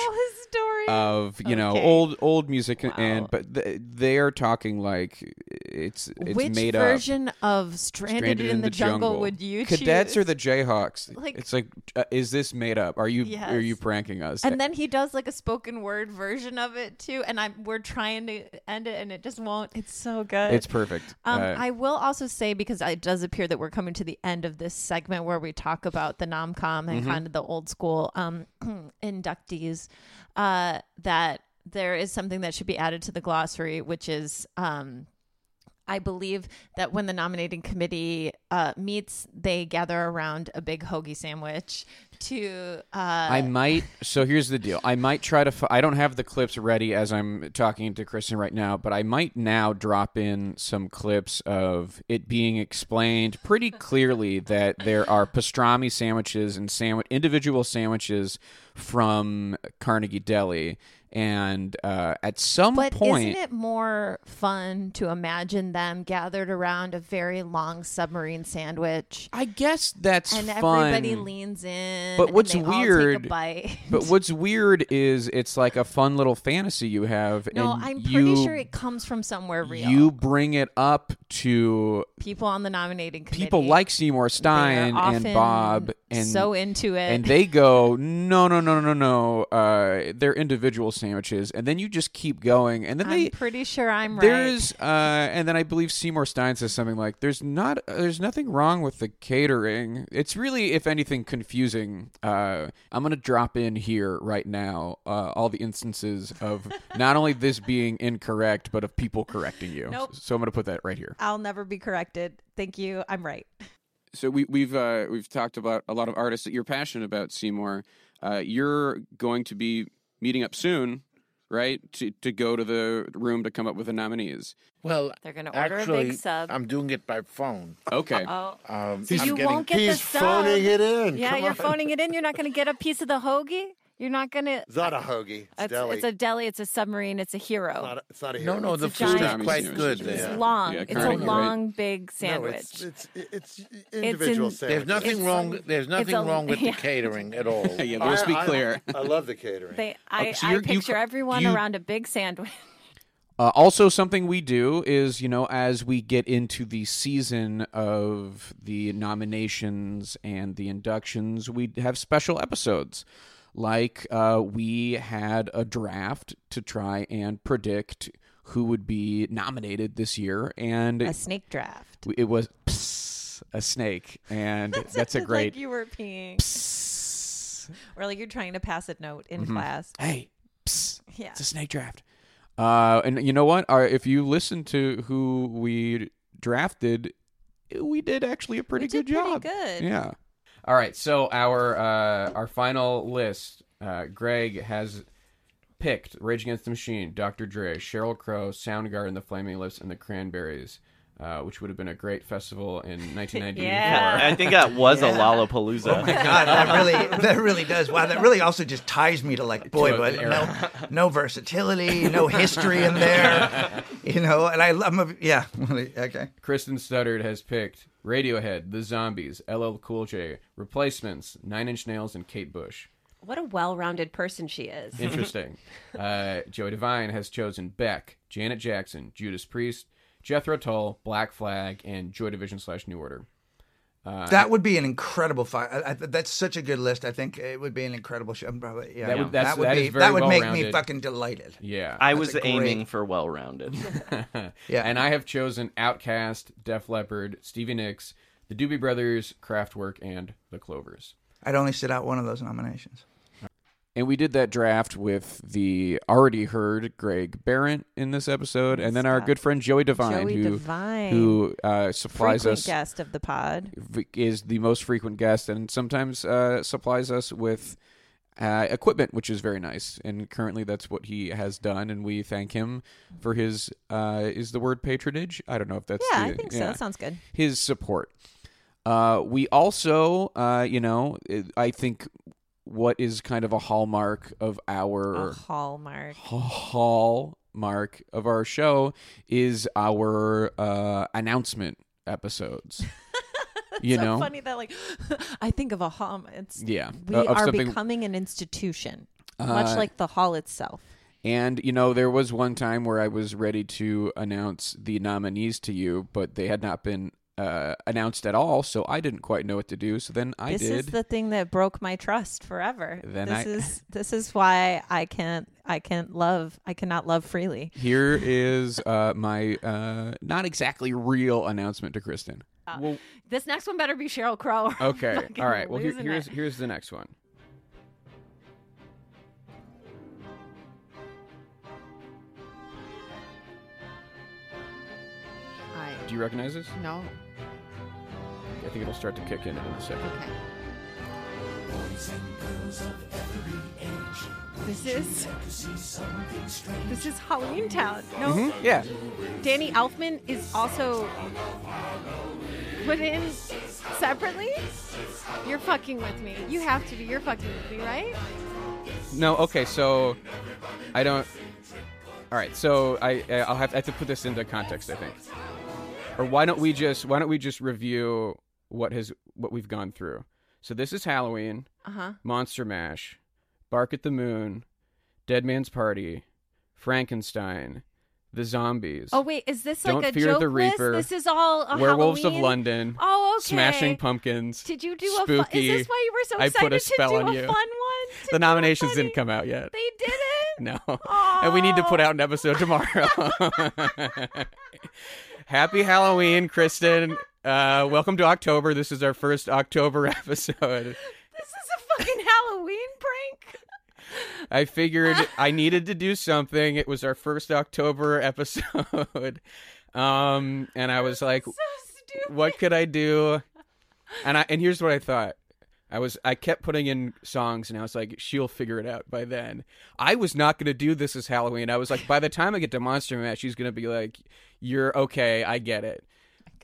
S2: of you know
S3: Okay.
S2: old old music and but th- they're talking like it's it's
S3: Which
S2: made up.
S3: version of Stranded,
S2: Stranded
S3: in, the, jungle, would you
S2: Cadets
S3: choose?
S2: or the Jayhawks?
S3: Like-
S2: it's like, uh, is this made up? Are you are you
S3: Yes.
S2: pranking us?
S3: And then he does like a spoken word version of it too, and I'm we're trying to end it, and it just won't. It's so good.
S2: It's perfect.
S3: Um,
S2: Uh,
S3: I will also say because it does appear that we're coming to the end of this segment where we talk about the nomcom and
S10: Mhm.
S2: Mm-hmm.
S3: kind of the old school um, inductees uh, that there is something that should be added to the glossary, which is. Um, I believe that when the nominating committee uh, meets, they gather around a big hoagie sandwich to. Uh,
S2: I might. So here's the deal. I might try to. F- I don't have the clips ready as I'm talking to Kristen right now, but I might now drop in some clips of it being explained pretty clearly that there are pastrami sandwiches and sandwich individual sandwiches from Carnegie Deli, and uh, at some
S3: But
S2: point,
S3: isn't it more fun to imagine them gathered around a very long submarine sandwich?
S2: I guess that's
S3: and
S2: fun.
S3: everybody leans in.
S2: But
S3: and
S2: what's
S3: they all take a
S2: weird?
S3: bite.
S2: but what's weird is it's like a fun little fantasy you have.
S3: no,
S2: and
S3: I'm pretty
S2: you-
S3: sure it comes from somewhere real.
S2: You bring it up to
S3: people on the nominating committee.
S2: people like Seymour Stein and
S3: often
S2: Bob and
S3: so into it.
S2: and they go no no no no no no uh, they're individual sandwiches and then you just keep going and then
S3: I'm
S2: they
S3: pretty sure I'm right.
S2: there's uh, and then I believe Seymour Stein says something like there's not uh, there's nothing wrong with the catering it's really if anything confusing uh, I'm gonna drop in here right now uh, all the instances of not only this being incorrect but of people correcting you
S3: Nope.
S2: so I'm gonna put that right here.
S3: I'll never be corrected. Thank you. I'm right.
S2: so we, we've uh, we've talked about a lot of artists that you're passionate about, Seymour. Uh, you're going to be meeting up soon, right? To to go to the room to come up with the nominees.
S15: Well,
S4: They're gonna order a big
S15: actually,
S4: sub.
S15: I'm doing it by phone.
S2: Okay.
S4: Uh-oh.
S15: Um,
S4: So
S15: I'm
S4: you
S15: getting-
S4: won't get the sub. Yeah,
S15: Come
S4: you're
S15: on.
S4: phoning it in. You're not going to get a piece of the hoagie. You're not going to.
S13: It's not a hoagie. It's,
S4: It's,
S13: deli.
S4: it's a deli. It's a submarine. It's a hero. It's
S13: not a, it's not a
S15: No,
S13: hero.
S15: no,
S13: It's
S15: the
S13: a
S15: food is
S13: giant-
S15: quite good there.
S4: It's long.
S15: Yeah,
S4: it's a
S15: Carnegie, right?
S4: long, big sandwich.
S13: No, it's, it's, it's individual
S4: in-
S13: sandwiches.
S15: There's nothing wrong. there's nothing
S4: a-
S15: wrong with
S4: yeah.
S15: the catering at all.
S2: Yeah, let's be
S13: I-
S2: clear.
S13: I love the catering.
S4: They, I,
S15: Oh, so
S4: I
S15: you're- you
S4: picture
S15: cr-
S4: everyone
S15: you-
S4: around a big sandwich.
S2: Uh, also, something we do is, you know, as we get into the season of the nominations and the inductions, we have special episodes. Like, uh, we had a draft to try and predict who would be nominated this year, and
S3: A snake draft.
S2: we- it was pss, a snake, and that's, a great.
S3: Like you were peeing. Or like you're trying to pass a note in
S2: Mhm.
S3: class.
S2: Hey, psst,
S3: Yeah.
S2: it's a snake draft. Uh, and you know what? Our, if you listen to who we drafted, we did actually a pretty good job.
S3: good.
S2: Yeah. All right. So our uh, our final list. Uh, Greg has picked Rage Against the Machine, Dr. Dre, Cheryl Crow, Soundgarden, The Flaming Lips, and The Cranberries, uh, which would have been a great festival in 1994.
S8: Yeah.
S16: I think that was
S8: Yeah.
S16: a Lollapalooza.
S8: Oh my god, that really that really does. Wow, that really also just ties me to like boy,
S16: To
S8: but
S16: the
S8: no,
S16: era.
S8: no versatility, no history in there, you know. And I, I'm a, yeah, okay.
S2: Kristen Studdard has picked Radiohead, The Zombies, LL Cool J, Replacements, Nine Inch Nails, and Kate Bush.
S4: What a well-rounded person she is.
S2: Interesting. uh, Joey Devine has chosen Beck, Janet Jackson, Judas Priest, Jethro Tull, Black Flag, and Joy Division slash New Order. Uh,
S8: That would be an incredible fight. I, I, that's such a good list. I think it would be an incredible show. I'm Probably, yeah,
S2: That would- that's-
S8: would
S2: that
S8: be
S2: is very
S8: that would make me
S2: well-rounded.
S8: fucking delighted.
S2: Yeah,
S16: I
S8: That's
S16: was
S8: a great-
S16: aiming for well rounded.
S2: yeah. And I have chosen Outcast, Def Leppard, Stevie Nicks, The Doobie Brothers, Kraftwerk, and The Clovers.
S8: I'd only sit out one of those nominations.
S2: And we did that draft with the already heard Greg Barrett in this episode, and then our good friend Joey Devine,
S3: Joey
S2: who
S3: Devine.
S2: who uh, supplies
S3: Frequent
S2: us
S3: guest of the pod.
S2: v- is the most frequent guest, and sometimes uh, supplies us with uh, equipment, which is very nice. And currently, that's what he has done, and we thank him for his uh, is the word patronage. I don't know if that's
S3: Yeah,
S2: the-
S3: I think so. That sounds good.
S2: His support. Uh, we also, uh, you know, it, I think what is kind of a hallmark of our
S3: A hallmark.
S2: hallmark of our show is our uh, announcement episodes. you
S3: so
S2: know,
S3: funny that like I think of a hall. It's
S2: Yeah,
S3: We
S2: uh, of
S3: are
S2: something-
S3: becoming an institution,
S2: Uh,
S3: much like the hall itself.
S2: And you know, there was one time where I was ready to announce the nominees to you, but they had not been uh, announced at all, so I didn't quite know what to do. So then I
S3: this
S2: did.
S3: is the thing that broke my trust forever.
S2: Then
S3: this
S2: I-
S3: is this is why I can't I can't love I cannot love freely.
S2: Here is uh, my uh, not exactly real announcement to Kristen.
S4: Uh, This next one better be Cheryl Crow. or I'm
S2: Okay,
S4: fucking
S2: all right. Well, here,
S4: losing
S2: here's
S4: it.
S2: here's the next one.
S4: I,
S2: Do you recognize this?
S4: no.
S2: I think it'll start to kick in in a second.
S17: Boys and girls of every age.
S4: This
S17: Would you
S4: is-
S17: like to see something strange?
S4: This is Halloween Town. No.
S2: Mhm, yeah.
S4: Danny Elfman is also put in separately. You're fucking with me. You have to be. You're fucking with me, right?
S2: No, okay, so I don't. All right, so I I- I'll have, I have to put this into context, I think. Or why don't we just why don't we just review what has what we've gone through? So this is Halloween,
S4: Uh-huh.
S2: Monster Mash, Bark at the Moon, Dead Man's Party, Frankenstein, The Zombies.
S4: Oh wait, is this
S2: Don't
S4: like a
S2: Fear
S4: joke
S2: the Reaper,
S4: list? This is all a
S2: Werewolves
S4: Halloween?
S2: of London.
S4: Oh, okay.
S2: Smashing Pumpkins.
S4: Did you do a fu- is
S2: spooky?
S4: this why you were so
S2: I put a
S4: excited to
S2: spell
S4: do
S2: on
S4: a
S2: you.
S4: fun one?
S2: The nominations didn't come out yet.
S4: They didn't.
S2: No. And we need to put out an episode tomorrow. Happy Halloween, Kristen. Uh, welcome to October. This is our first October episode.
S4: This is a fucking Halloween prank.
S2: I figured I needed to do something. It was our first October episode. Um, and I was like, what could I do? And I and here's what I thought. I was I kept putting in songs and I was like, she'll figure it out by then. I was not gonna do this as Halloween. I was like, by the time I get to Monster Mash, she's gonna be like, You're okay, I get it.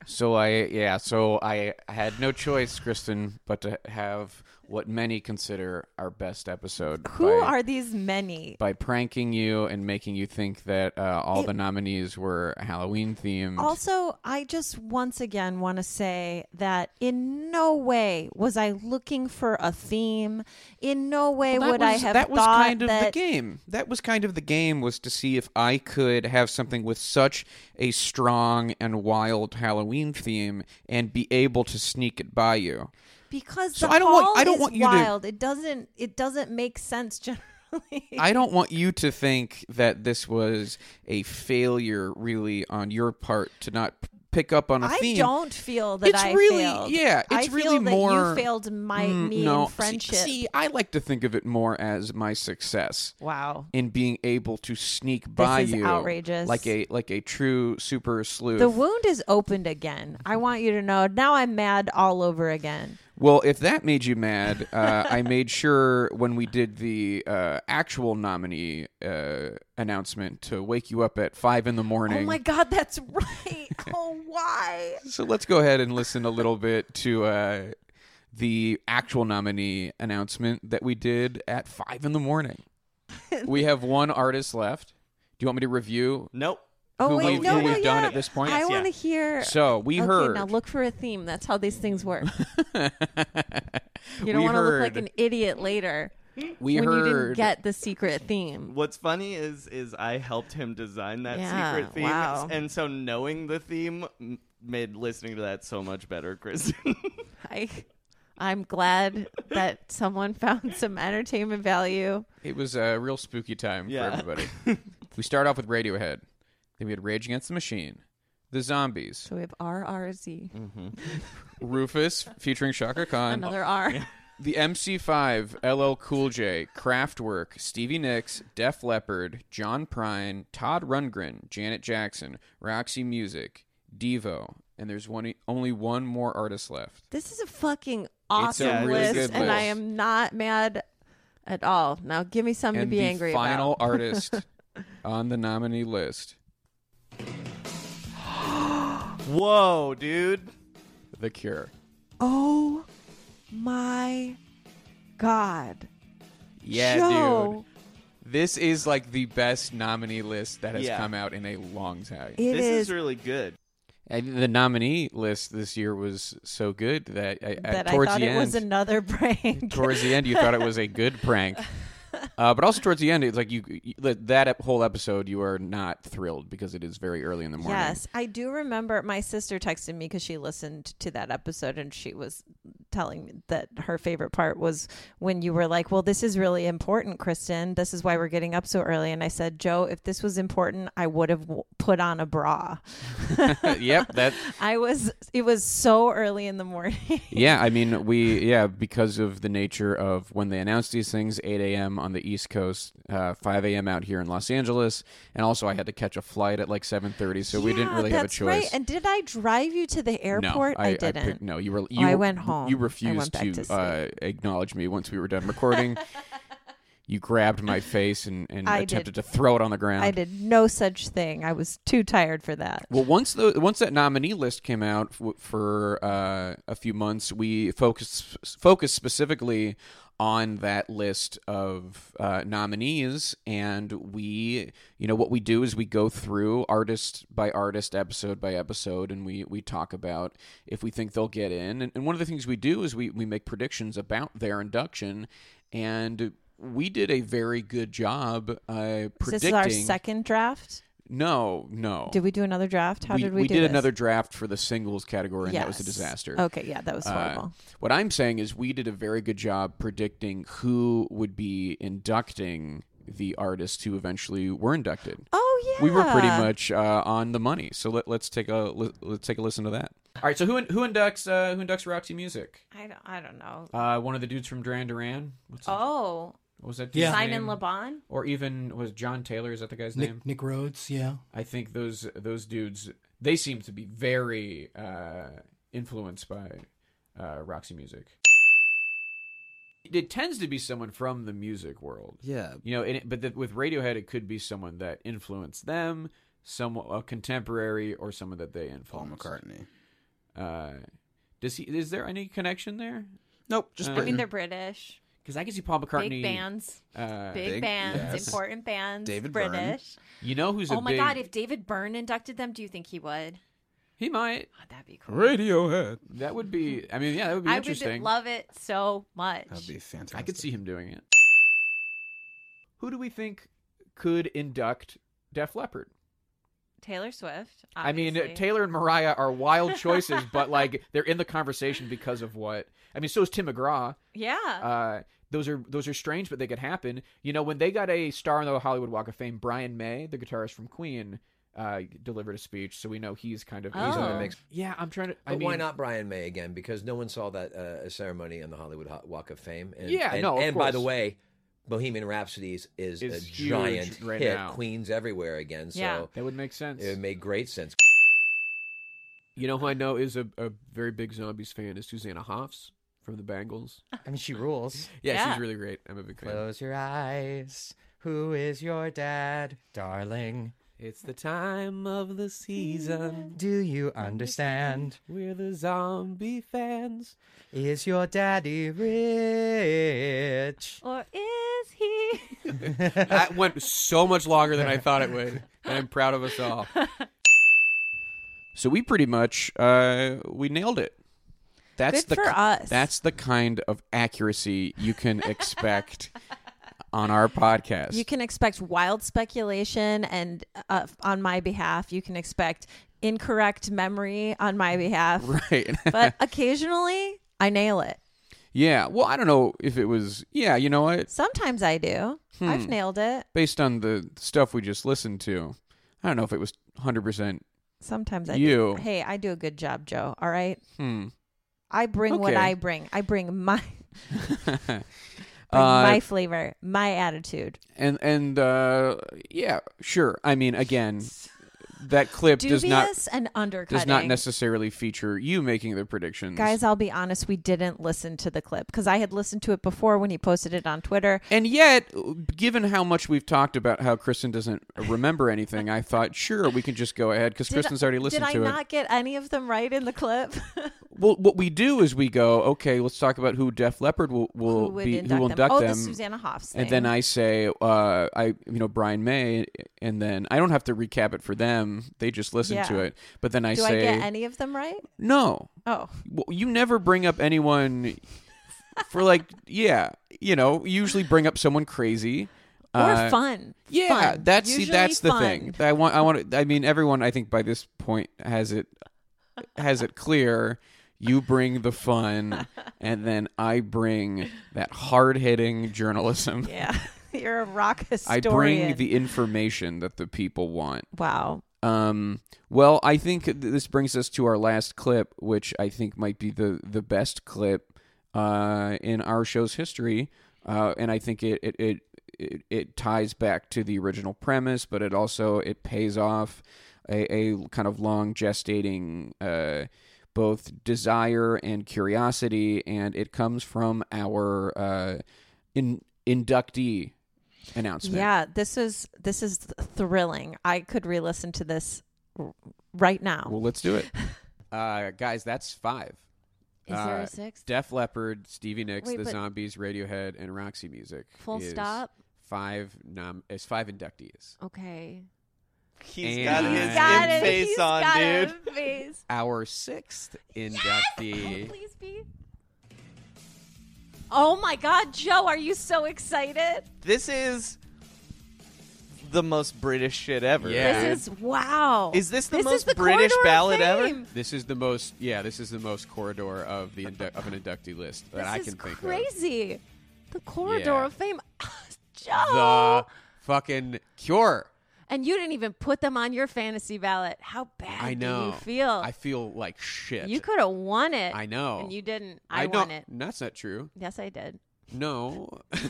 S2: So I yeah, so I had no choice, Kristen, but to have what many consider our best episode.
S3: Who are these many?
S2: by pranking you and making you think that uh, all
S3: It-
S2: the nominees were Halloween themed.
S3: Also, I just once again want to say that in no way was I looking for a theme. In no way
S2: Well, that
S3: would I
S2: was-
S3: have
S2: that was
S3: thought
S2: kind of
S3: that
S2: the game. That was kind of the game was to see if I could have something with such a strong and wild Halloween theme and be able to sneak it by you.
S3: because
S2: So
S3: the
S2: I don't want-
S3: hall
S2: I don't
S3: is
S2: want you to-
S3: wild. It doesn't. It doesn't make sense generally.
S2: I don't want you to think that this was a failure, really, on your part to not p- pick up on a
S3: I
S2: theme.
S3: don't feel that
S2: It's
S3: I
S2: really-
S3: failed.
S2: yeah,
S3: I
S2: it's
S3: feel
S2: really
S3: that
S2: more-
S3: you failed my
S2: Mm,
S3: me
S2: no.
S3: in
S2: See-
S3: friendship.
S2: see, I like to think of it more as my success.
S3: Wow.
S2: In being able to sneak by
S3: is
S2: you,
S3: outrageous.
S2: like a like a true super sleuth.
S3: the wound is opened again. I want you to know. Now I'm mad all over again.
S2: Well, if that made you mad, uh, I made sure when we did the uh, actual nominee uh, announcement to wake you up at five in the morning.
S3: Oh my god, that's right. oh why?
S2: So let's go ahead and listen a little bit to uh, the actual nominee announcement that we did at five in the morning. we have one artist left. Do you want me to review?
S16: Nope.
S3: Oh
S2: who
S3: wait,
S2: we've,
S3: no,
S2: who
S3: no,
S2: we've
S3: yeah.
S2: done at this point?
S3: I want to hear.
S2: So we
S3: okay,
S2: heard.
S3: Now look for a theme. That's how these things work. You don't
S16: We
S3: want to look like
S16: heard-
S3: an idiot later.
S16: We
S3: when you didn't
S16: heard-
S3: get the secret theme.
S16: What's funny is is I helped him design that
S3: Yeah,
S16: secret theme,
S3: wow.
S16: and so knowing the theme m- made listening to that so much better, Kristen.
S3: I, I'm glad that someone found some entertainment value.
S2: It was a real spooky time
S16: Yeah.
S2: for everybody. we start off with Radiohead. Then we had Rage Against the Machine, The Zombies,
S3: So we have RRZ.
S2: Rufus featuring Shaka Khan,
S3: Another R.
S2: The MC5, LL Cool J, Kraftwerk, Stevie Nicks, Def Leppard, John Prine, Todd Rundgren, Janet Jackson, Roxy Music, Devo, and there's one only one more artist left.
S3: This is a fucking awesome
S2: really
S3: list,
S2: good
S3: and I
S2: list.
S3: am not mad at all. Now give me something
S2: and
S3: to be
S2: the
S3: angry
S2: final
S3: about.
S2: artist on the nominee list.
S16: Whoa, dude.
S2: The Cure.
S3: oh my god.
S2: Yeah,
S3: Joe.
S2: dude. This is like the best nominee list that has
S16: Yeah.
S2: come out in a long time.
S3: It
S16: this is,
S3: is-
S16: really good.
S2: And the nominee list this year was so good that, I, I-
S3: That I
S2: towards
S3: thought
S2: the
S3: it
S2: end,
S3: was another prank.
S2: towards the end, you thought it was a good prank. Uh, but also towards the end, it's like you, you that whole episode, you are not thrilled because it is very early in the morning.
S3: Yes, I do remember. My sister texted me because she listened to that episode, and she was telling me that her favorite part was when you were like, "Well, this is really important, Kristen. This is why we're getting up so early." And I said, "Joe, if this was important, I would have w- put on a bra."
S2: yep, that
S3: I was. It was so early in the morning.
S2: yeah, I mean, we yeah because of the nature of when they announce these things, 8 a.m. on the East Coast, uh, 5 a.m. out here in Los Angeles, and also I had to catch a flight at like 7:30, so we didn't
S3: Yeah,
S2: really have a
S3: that's
S2: choice.
S3: Right. And did I drive you to the airport?
S2: No,
S3: I,
S2: I,
S3: didn't.
S2: picked- no, you were.
S3: Oh,
S2: You,
S3: I went home.
S2: You
S3: I
S2: refused
S3: went back
S2: to,
S3: to
S2: uh, acknowledge me once we were done recording. you grabbed my face and, and
S3: I
S2: attempted
S3: did.
S2: to throw it on the ground.
S3: I did no such thing. I was too tired for that.
S2: Well, once the once that nominee list came out f- for uh, a few months, we focused focused specifically on that list of uh, nominees, and we, you know, what we do is we go through artist by artist, episode by episode, and we we talk about if we think they'll get in. And, and one of the things we do is we we make predictions about their induction, and. We did a very good job uh, predicting.
S3: This is our second draft.
S2: No, no.
S3: Did we do another draft? How did we, do
S2: did
S3: this?
S2: another draft for the singles category, and that was a
S3: Yes.
S2: disaster.
S3: Okay, yeah, that was
S2: Uh,
S3: horrible.
S2: what I'm saying is, we did a very good job predicting who would be inducting the artists who eventually were inducted.
S3: Oh
S2: we were pretty
S5: yeah.
S2: much uh, on the money. So let, let's take a let, let's take a listen to that. All right, so who who inducts uh, who inducts Roxy Music?
S3: I don't. I don't know.
S2: Uh, one of the dudes from Duran Duran. What's
S3: Oh,
S2: What was that?
S12: Yeah.
S2: dude's
S12: Simon
S2: name?
S3: Laban?
S2: or even was John Taylor? Is that the guy's
S12: Nick-
S2: name?
S12: Nick Rhodes, yeah.
S2: I think those those dudes they seem to be very uh, influenced by uh, Roxy Music. It tends to be someone from the music world.
S9: Yeah.
S2: you know, and it, but the, with Radiohead, it could be someone that influenced them, some a contemporary, or someone that they influenced. Paul McCartney. Uh, does he? Is there any connection there?
S9: Nope.
S4: I mean, they're British.
S2: Uh, Because I can see Paul McCartney.
S4: Big bands.
S2: uh,
S4: big,
S2: big-
S4: bands.
S2: yes.
S4: Important bands.
S2: David Byrne.
S4: British.
S2: You know who's a
S4: Oh my
S2: big-
S4: God, if David Byrne inducted them, do you think he would?
S2: He might.
S4: that'd be cool.
S2: Radiohead. That would be. I mean, yeah, that would be
S4: I
S2: interesting.
S4: would love it so much.
S2: I could see him doing it. Who do we think could induct Def Leppard?
S4: Taylor Swift.
S2: I mean,
S4: obviously.
S2: uh, Taylor and Mariah are wild choices, but like they're in the conversation because of what. I mean, so is Tim McGraw.
S4: Yeah.
S2: Uh, those are those are strange, but they could happen. You know, when they got a star on the Hollywood Walk of Fame, Brian May, the guitarist from Queen, uh, delivered a speech, so we know he's kind of
S18: He's in the
S2: uh,
S18: mix.
S2: Yeah, I'm trying to. I
S18: But why
S2: mean-
S18: not Brian May again? Because no one saw that uh, ceremony on the Hollywood Ho- Walk of Fame. And,
S2: Yeah,
S18: and,
S2: no, of
S18: And by the
S2: course.
S18: way, Bohemian Rhapsodies is,
S2: Is
S18: a
S2: huge
S18: giant
S2: right
S18: hit.
S2: now.
S18: Queens everywhere again. So
S2: Yeah. That would make sense.
S18: It made great sense.
S2: You know who I know is a, a very big zombies fan is Susanna Hoffs from the Bangles.
S19: I mean, she rules.
S2: Yeah, she's really great. I'm a big fan.
S19: Close your eyes. Who is your dad, darling?
S2: It's the time of the season.
S19: Do you understand?
S2: We're the zombie fans.
S19: Is your daddy rich?
S4: Or is he?
S2: that went so much longer than I thought it would, and I'm proud of us all. So we pretty much uh, we nailed it. That's
S3: Good
S2: the
S3: for
S2: ki-
S3: us.
S2: That's the kind of accuracy you can expect on our podcast.
S3: You can expect wild speculation, and uh, on my behalf, you can expect incorrect memory on my behalf.
S2: Right.
S3: but occasionally, I nail it.
S2: yeah. Well, I don't know if it was. Yeah, you know what?
S3: Sometimes I do. I've
S2: Hmm.
S3: nailed it.
S2: Based on the stuff we just listened to, I don't know if it was 100 percent
S3: Sometimes I
S2: you.
S3: do. Hey, I do a good job, Joe. All right.
S2: Hmm.
S3: I bring what
S2: Okay.
S3: I bring. I bring my
S2: Uh,
S3: bring my flavor, my attitude.
S2: and and uh, yeah, sure. I mean, again, that clip does not
S4: Dubious and
S2: does not
S4: undercutting.
S2: necessarily feature you making the predictions.
S4: Guys, I'll be honest, we didn't listen to the clip because I had listened to it before when he posted it on Twitter.
S2: And yet, given how much we've talked about how Kristen doesn't remember anything, I thought sure we can just go ahead because
S4: Did
S2: Kristen's
S4: I-
S2: already listened
S4: Did
S2: to
S4: I
S2: it.
S4: not get any of them right in the clip?
S2: Well, what we do is we go, okay, let's talk about who Def Leppard will, will
S4: Who would
S2: be,
S4: induct
S2: who will
S4: them.
S2: induct
S4: Oh, the
S2: them.
S4: Susanna Hoffs thing.
S2: And then I say, uh, I you know Brian May, and then I don't have to recap it for them; they just listen to
S4: Yeah.
S2: it. But then I
S4: Do
S2: say,
S4: I get any of them right?
S2: no,
S4: Oh.
S2: Well, you never bring up anyone f- for like, yeah, you know, usually bring up someone crazy.
S4: Or
S2: Uh,
S4: fun.
S2: yeah,
S4: Fun.
S2: that's see,
S4: Usually
S2: that's the
S4: fun.
S2: thing. That I want. I want. I mean, everyone. I think by this point has it has it clear. You bring the fun, and then I bring that hard hitting journalism.
S4: Yeah. You're a rock
S2: I
S4: historian.
S2: bring the information that the people want.
S4: Wow.
S2: Um. Well, I think th- this brings us to our last clip, which I think might be the the best clip uh, in our show's history, uh, and I think it it. it it, it ties back to the original premise, but it also it pays off a, a kind of long gestating uh, both desire and curiosity, and it comes from our uh, in, inductee announcement.
S4: Yeah, this is this is th- thrilling. I could re-listen to this r- right now.
S2: Well, let's do it. uh, guys, that's five. Uh,
S4: Is there a sixth?
S2: Def Leppard, Stevie Nicks,
S4: Wait,
S2: The
S4: but-
S2: Zombies, Radiohead, and Roxy Music.
S4: Full
S2: is
S4: stop?
S2: Five nom- is five inductees.
S4: Okay.
S16: He's
S2: And-
S16: got his
S2: He's
S16: in
S2: got it.
S16: face
S2: He's
S16: on,
S2: got
S16: dude.
S2: it. Our sixth inductee.
S4: Please be. Oh my God, Joe, are you so excited?
S16: This is the most British shit ever.
S4: This is wow.
S16: Is this the
S4: is
S16: most
S4: the
S16: British
S4: corridor of
S16: ballad ever?
S4: fame.
S2: This is the most. Yeah, this is the most corridor of the indu- of an inductee list that
S4: This
S2: I
S4: is
S2: can think
S4: crazy. The corridor
S2: Yeah.
S4: of fame, Oh, Joe.
S2: of.
S4: Oh!
S2: The fucking cure.
S4: and you didn't even put them on your fantasy ballot. How bad
S2: I know.
S4: do you feel?
S2: I feel like shit.
S4: you could have won it.
S2: I know.
S4: And you didn't. I,
S2: know-
S4: won it.
S2: That's not true.
S4: Yes, I did.
S2: No.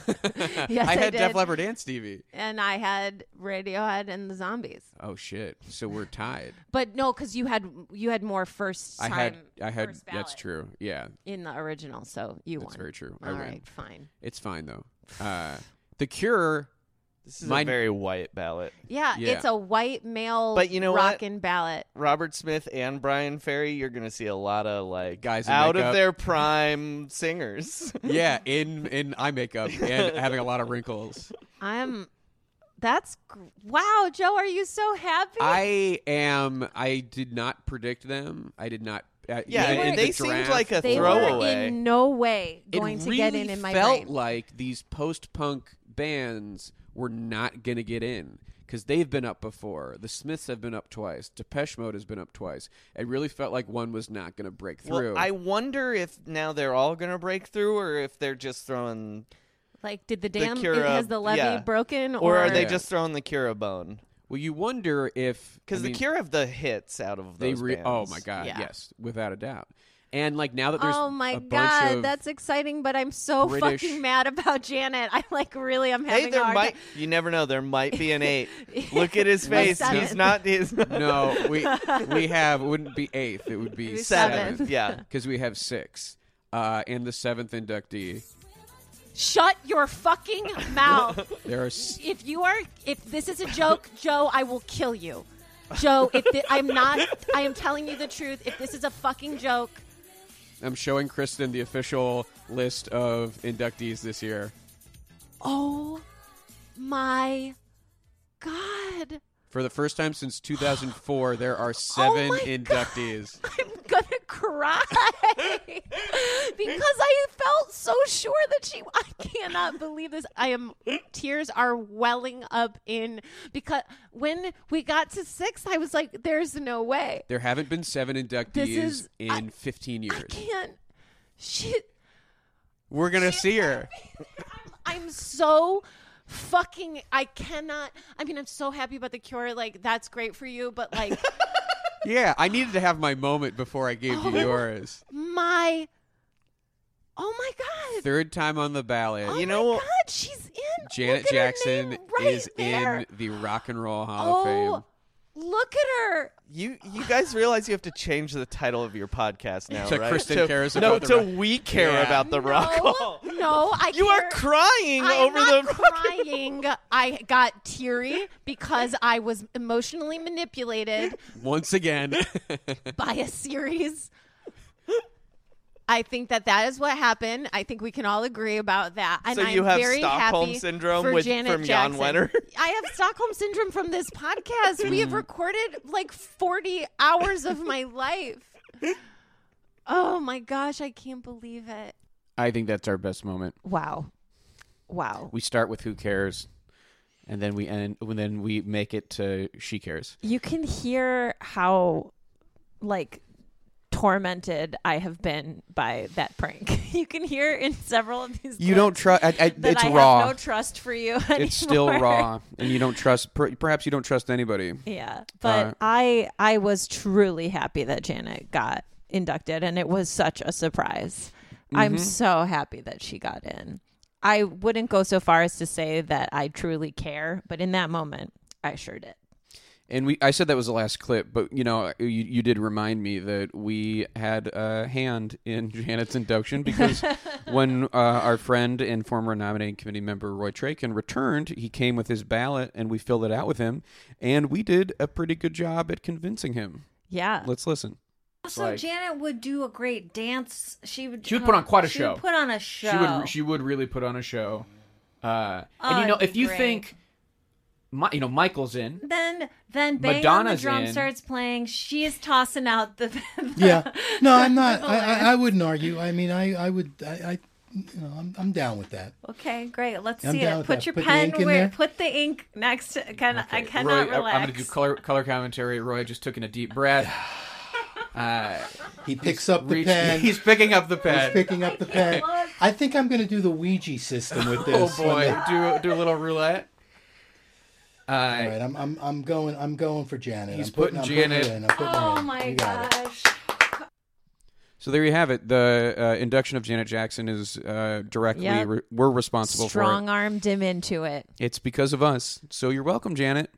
S4: Yes,
S2: I
S4: I
S2: had Def
S4: did.
S2: Leppard and Stevie.
S4: And I had Radiohead and the Zombies.
S2: Oh shit! So we're tied.
S4: But no, because you had you had more first
S2: I
S4: time
S2: had. I had.
S4: first
S2: That's
S4: ballot
S2: true. Yeah.
S4: in the original, so you
S2: that's
S4: won.
S2: very true. I
S4: All
S2: win.
S4: right, fine.
S2: It's fine though. Uh, the Cure.
S16: This is a very white ballot.
S4: Yeah, it's a white male,
S16: But you know what?
S4: rockin' ballot.
S16: Robert Smith and Brian Ferry, you're gonna see a lot of like
S2: Guys in
S16: out
S2: makeup.
S16: of their prime singers.
S2: yeah, in in eye makeup and having a lot of wrinkles.
S4: I'm. That's gr- wow, Joe. Are you so happy?
S2: I am. I did not predict them. I did not. Uh,
S16: Yeah,
S2: even
S16: they
S2: in
S16: were-
S2: the
S16: they seemed
S2: draft,
S16: like a
S4: they were
S16: throwaway.
S4: in no way
S2: it
S4: going to
S2: really
S4: get in in my
S2: felt
S4: brain.
S2: like these post-punk bands were not gonna get in because they've been up before. The Smiths have been up twice. Depeche Mode has been up twice. It really felt like one was not gonna break through.
S16: Well, I wonder if now they're all gonna break through, or if they're just throwing
S4: Like, did the
S16: the
S4: dam
S16: Cure
S4: it- has
S16: a-
S4: the levee
S16: yeah.
S4: broken,
S16: or,
S4: or,
S16: are they
S2: Yeah.
S16: just throwing the Cure a bone?
S2: well, you wonder if
S16: Because
S2: I
S16: the
S2: mean,
S16: Cure have the hits out of
S2: they
S16: those
S2: re- oh
S16: bands.
S2: my god,
S4: Yeah.
S2: yes, without a doubt. And like now that there's
S4: Oh my
S2: a bunch
S4: god,
S2: of-
S4: that's exciting! But I'm so
S2: British-
S4: fucking mad about Janet. I like really, I'm having
S16: Hey,
S4: a
S16: there
S4: hard
S16: might
S4: time.
S16: you never know. There might be an eight. Look at his face.
S4: seven.
S16: He's not. He's
S2: no, Oh, we we have it wouldn't be eighth, it would be
S16: It'd be
S2: seventh.
S16: seventh. Yeah.
S2: because we have six, uh, and the seventh inductee.
S4: Shut your fucking mouth.
S2: There are s-
S4: if you are, if this is a joke, Joe, I will kill you. Joe, if thi- I'm not, I am telling you the truth. If this is a fucking joke,
S2: I'm showing Kristen the official list of inductees this year
S4: oh my god,
S2: for the first time since 2004. There
S4: Oh
S2: are seven inductees.
S4: I'm gonna cry because I felt so sure that she. I cannot believe this. I am tears are welling up in because when we got to six, I was like, "There's no way."
S2: There haven't been seven inductees
S4: is-
S2: in 15 years.
S4: can't. She.
S2: We're gonna see her.
S4: I'm so fucking. I cannot. I mean, I'm so happy about the cure. Like, that's great for you, but like,
S2: Yeah, I needed to have my moment before I gave
S4: Oh
S2: you yours.
S4: my. Oh my god.
S2: Third time on the ballot.
S4: Oh my God, she's in.
S2: Janet
S4: Look at her
S2: Jackson
S4: name right
S2: is
S4: there.
S2: in the Rock and Roll Hall
S4: Oh
S2: of Fame.
S3: Look at her.
S16: You you guys realize you have to change the title of your podcast now,
S2: To
S16: right?
S2: Kristen Cares
S16: no,
S2: About the
S16: to
S2: Rock.
S16: we care
S2: Yeah.
S16: about the rock.
S3: No, no, I.
S16: You
S3: care.
S16: are crying
S3: I'm
S16: over
S3: not
S16: the
S3: crying. I got teary because I was emotionally manipulated
S2: Once again.
S3: by a series. I think that that is what happened. I think we can all agree about that. And
S16: So
S3: I'm
S16: you have
S3: very
S16: Stockholm
S3: happy
S16: syndrome
S3: for
S16: with-
S3: Janet
S16: from Jan
S3: Jackson.
S16: Wenner?
S3: I have Stockholm syndrome from this podcast. We have
S16: Mm.
S3: recorded like 40 hours of my life. Oh my gosh, I can't believe it.
S2: I think that's our best moment.
S3: Wow. Wow.
S2: We start with who cares, and then we end. And then we make it to she cares.
S3: You can hear how like tormented I have been by that prank. you can hear in several of these
S2: You don't trust.
S3: that
S2: It's
S3: I
S2: raw.
S3: have no trust for you.
S2: it's still
S3: anymore.
S2: raw, and you don't trust. per- Perhaps you don't trust anybody.
S3: Yeah, but
S2: Uh,
S3: I I was truly happy that Janet got inducted, and it was such a surprise. I'm
S2: Mm-hmm.
S10: Mhm.
S3: so happy that she got in. I wouldn't go so far as to say that I truly care, but in that moment, I sure did.
S2: And we, I said that was the last clip, but you know, you, you did remind me that we had a hand in Janet's induction because when uh, our friend and former nominating committee member Roy Trakin returned, he came with his ballot and we filled it out with him, and we did a pretty good job at convincing him.
S3: Yeah.
S2: Let's listen.
S20: Also, Janet would do a great dance. She would.
S5: She would put on quite a
S20: she
S5: show.
S20: Would put on a show.
S5: She would. She would really put on a show. Uh, and
S20: Oh,
S5: you know,
S20: it'd
S5: if
S20: be
S5: you
S20: great.
S5: think, Mi- you know, Michael's in.
S20: then, then bang on the
S5: Madonna's
S20: drum
S5: in.
S20: starts playing. She is tossing out the.
S12: yeah. No, I'm not. I, I, I wouldn't argue. I mean, I, I would. I, I you know, I'm, I'm down with that.
S20: Okay, great. Let's
S12: I'm
S20: see
S12: down
S20: it.
S12: with
S20: Put
S12: that.
S20: your
S12: Put the
S20: pen
S12: ink in
S20: where.
S12: there.
S20: Put the ink next. To, can I cannot
S5: Roy, I-
S20: relax.
S5: I'm going to do color color commentary. Roy just took in a deep breath. Uh,
S12: he picks up the pen.
S5: He's picking up the
S12: He's
S5: pen.
S12: picking up the pen. I think I'm going to do the Ouija system with
S5: Oh
S12: this. when
S5: boy,
S12: they-
S5: do do a little roulette. Uh,
S12: All right, I'm, I'm I'm going I'm going for Janet.
S5: He's
S12: I'm putting,
S5: putting
S12: I'm putting her
S5: Janet-
S12: in, I'm putting her
S20: oh
S12: in.
S20: my
S12: You got it.
S20: gosh.
S2: So there you have it. The uh, induction of Janet Jackson is uh, directly
S3: Yep.
S2: re- we're responsible for. it.
S3: Strong armed him into it.
S2: It's because of us. So you're welcome, Janet.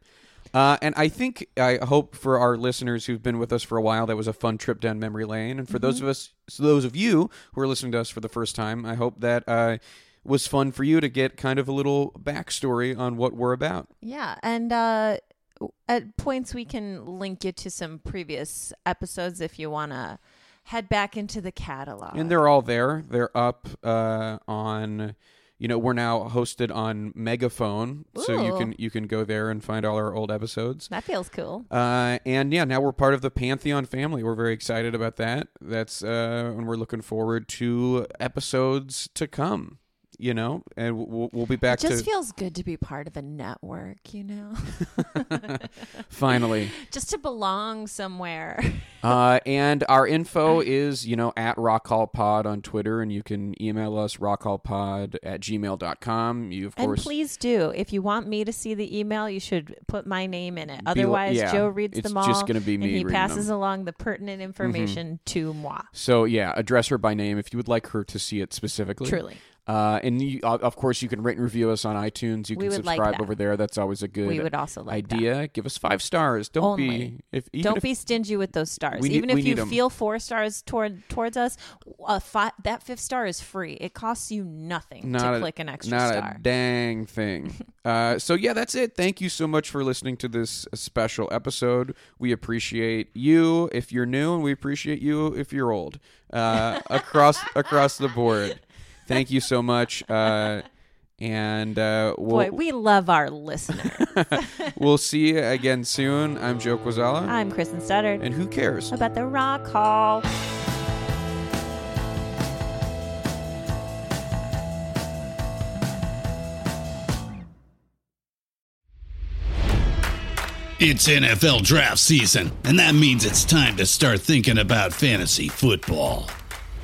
S2: Uh, and I think I hope for our listeners who've been with us for a while, that was a fun trip down memory lane. And for those
S3: Mhm.
S2: of us, so those of you who are listening to us for the first time, I hope that uh, was fun for you to get kind of a little backstory on what we're about.
S3: Yeah, and uh, at points we can link you to some previous episodes if you want to head back into the catalog.
S2: And they're all there. They're up uh, on, you know, we're now hosted on Megaphone, so you
S3: Ooh.
S2: can you can go there and find all our old episodes.
S3: that feels cool.
S2: Uh, and yeah, now we're part of the Pantheon family. We're very excited about that. That's uh, and we're looking forward to episodes to come. You know, and we'll, we'll be back
S3: it just
S2: to
S3: feels good to be part of a network, you know?
S2: finally.
S3: just to belong somewhere.
S2: Uh, and our info is, you know, at Rock Hall Pod on Twitter, and you can email us rockhallpod at gmail.com. You, of
S3: And
S2: course,
S3: please do. If you want me to see the email, you should put my name in it.
S2: Be-
S3: Otherwise,
S2: yeah,
S3: Joe reads
S2: it's
S3: them all.
S2: just gonna be me
S3: And he
S2: reading Mm-hmm.
S3: passes
S2: them.
S3: along the pertinent information to moi.
S2: So yeah, address her by name if you would like her to see it specifically.
S3: Truly.
S2: Uh, and you, uh, of course, you can rate and review us on iTunes. You
S3: We
S2: can
S3: would like
S2: subscribe
S3: that.
S2: over there. That's always a good.
S3: We would also like that.
S2: idea. Give us five stars. Don't
S3: Only.
S2: be if even
S3: Don't
S2: if,
S3: be stingy with those stars.
S2: We need-
S3: Even
S2: we
S3: if you
S2: need 'em.
S3: feel four stars toward towards us, a fi- that fifth star is free. It costs you nothing
S2: not
S3: to
S2: a,
S3: click an extra
S2: not
S3: star.
S2: a dang thing. uh, so yeah, that's it. Thank you so much for listening to this special episode. We appreciate you if you're new, and we appreciate you if you're old. Uh, across across the board. Thank you so much. Uh, and uh, we'll,
S3: Boy, we love our listeners.
S2: we'll see you again soon. I'm Joe Quazala.
S3: I'm Kristen Studdard.
S2: And who cares?
S3: About the rock hall.
S21: It's NFL draft season, and that means it's time to start thinking about fantasy football.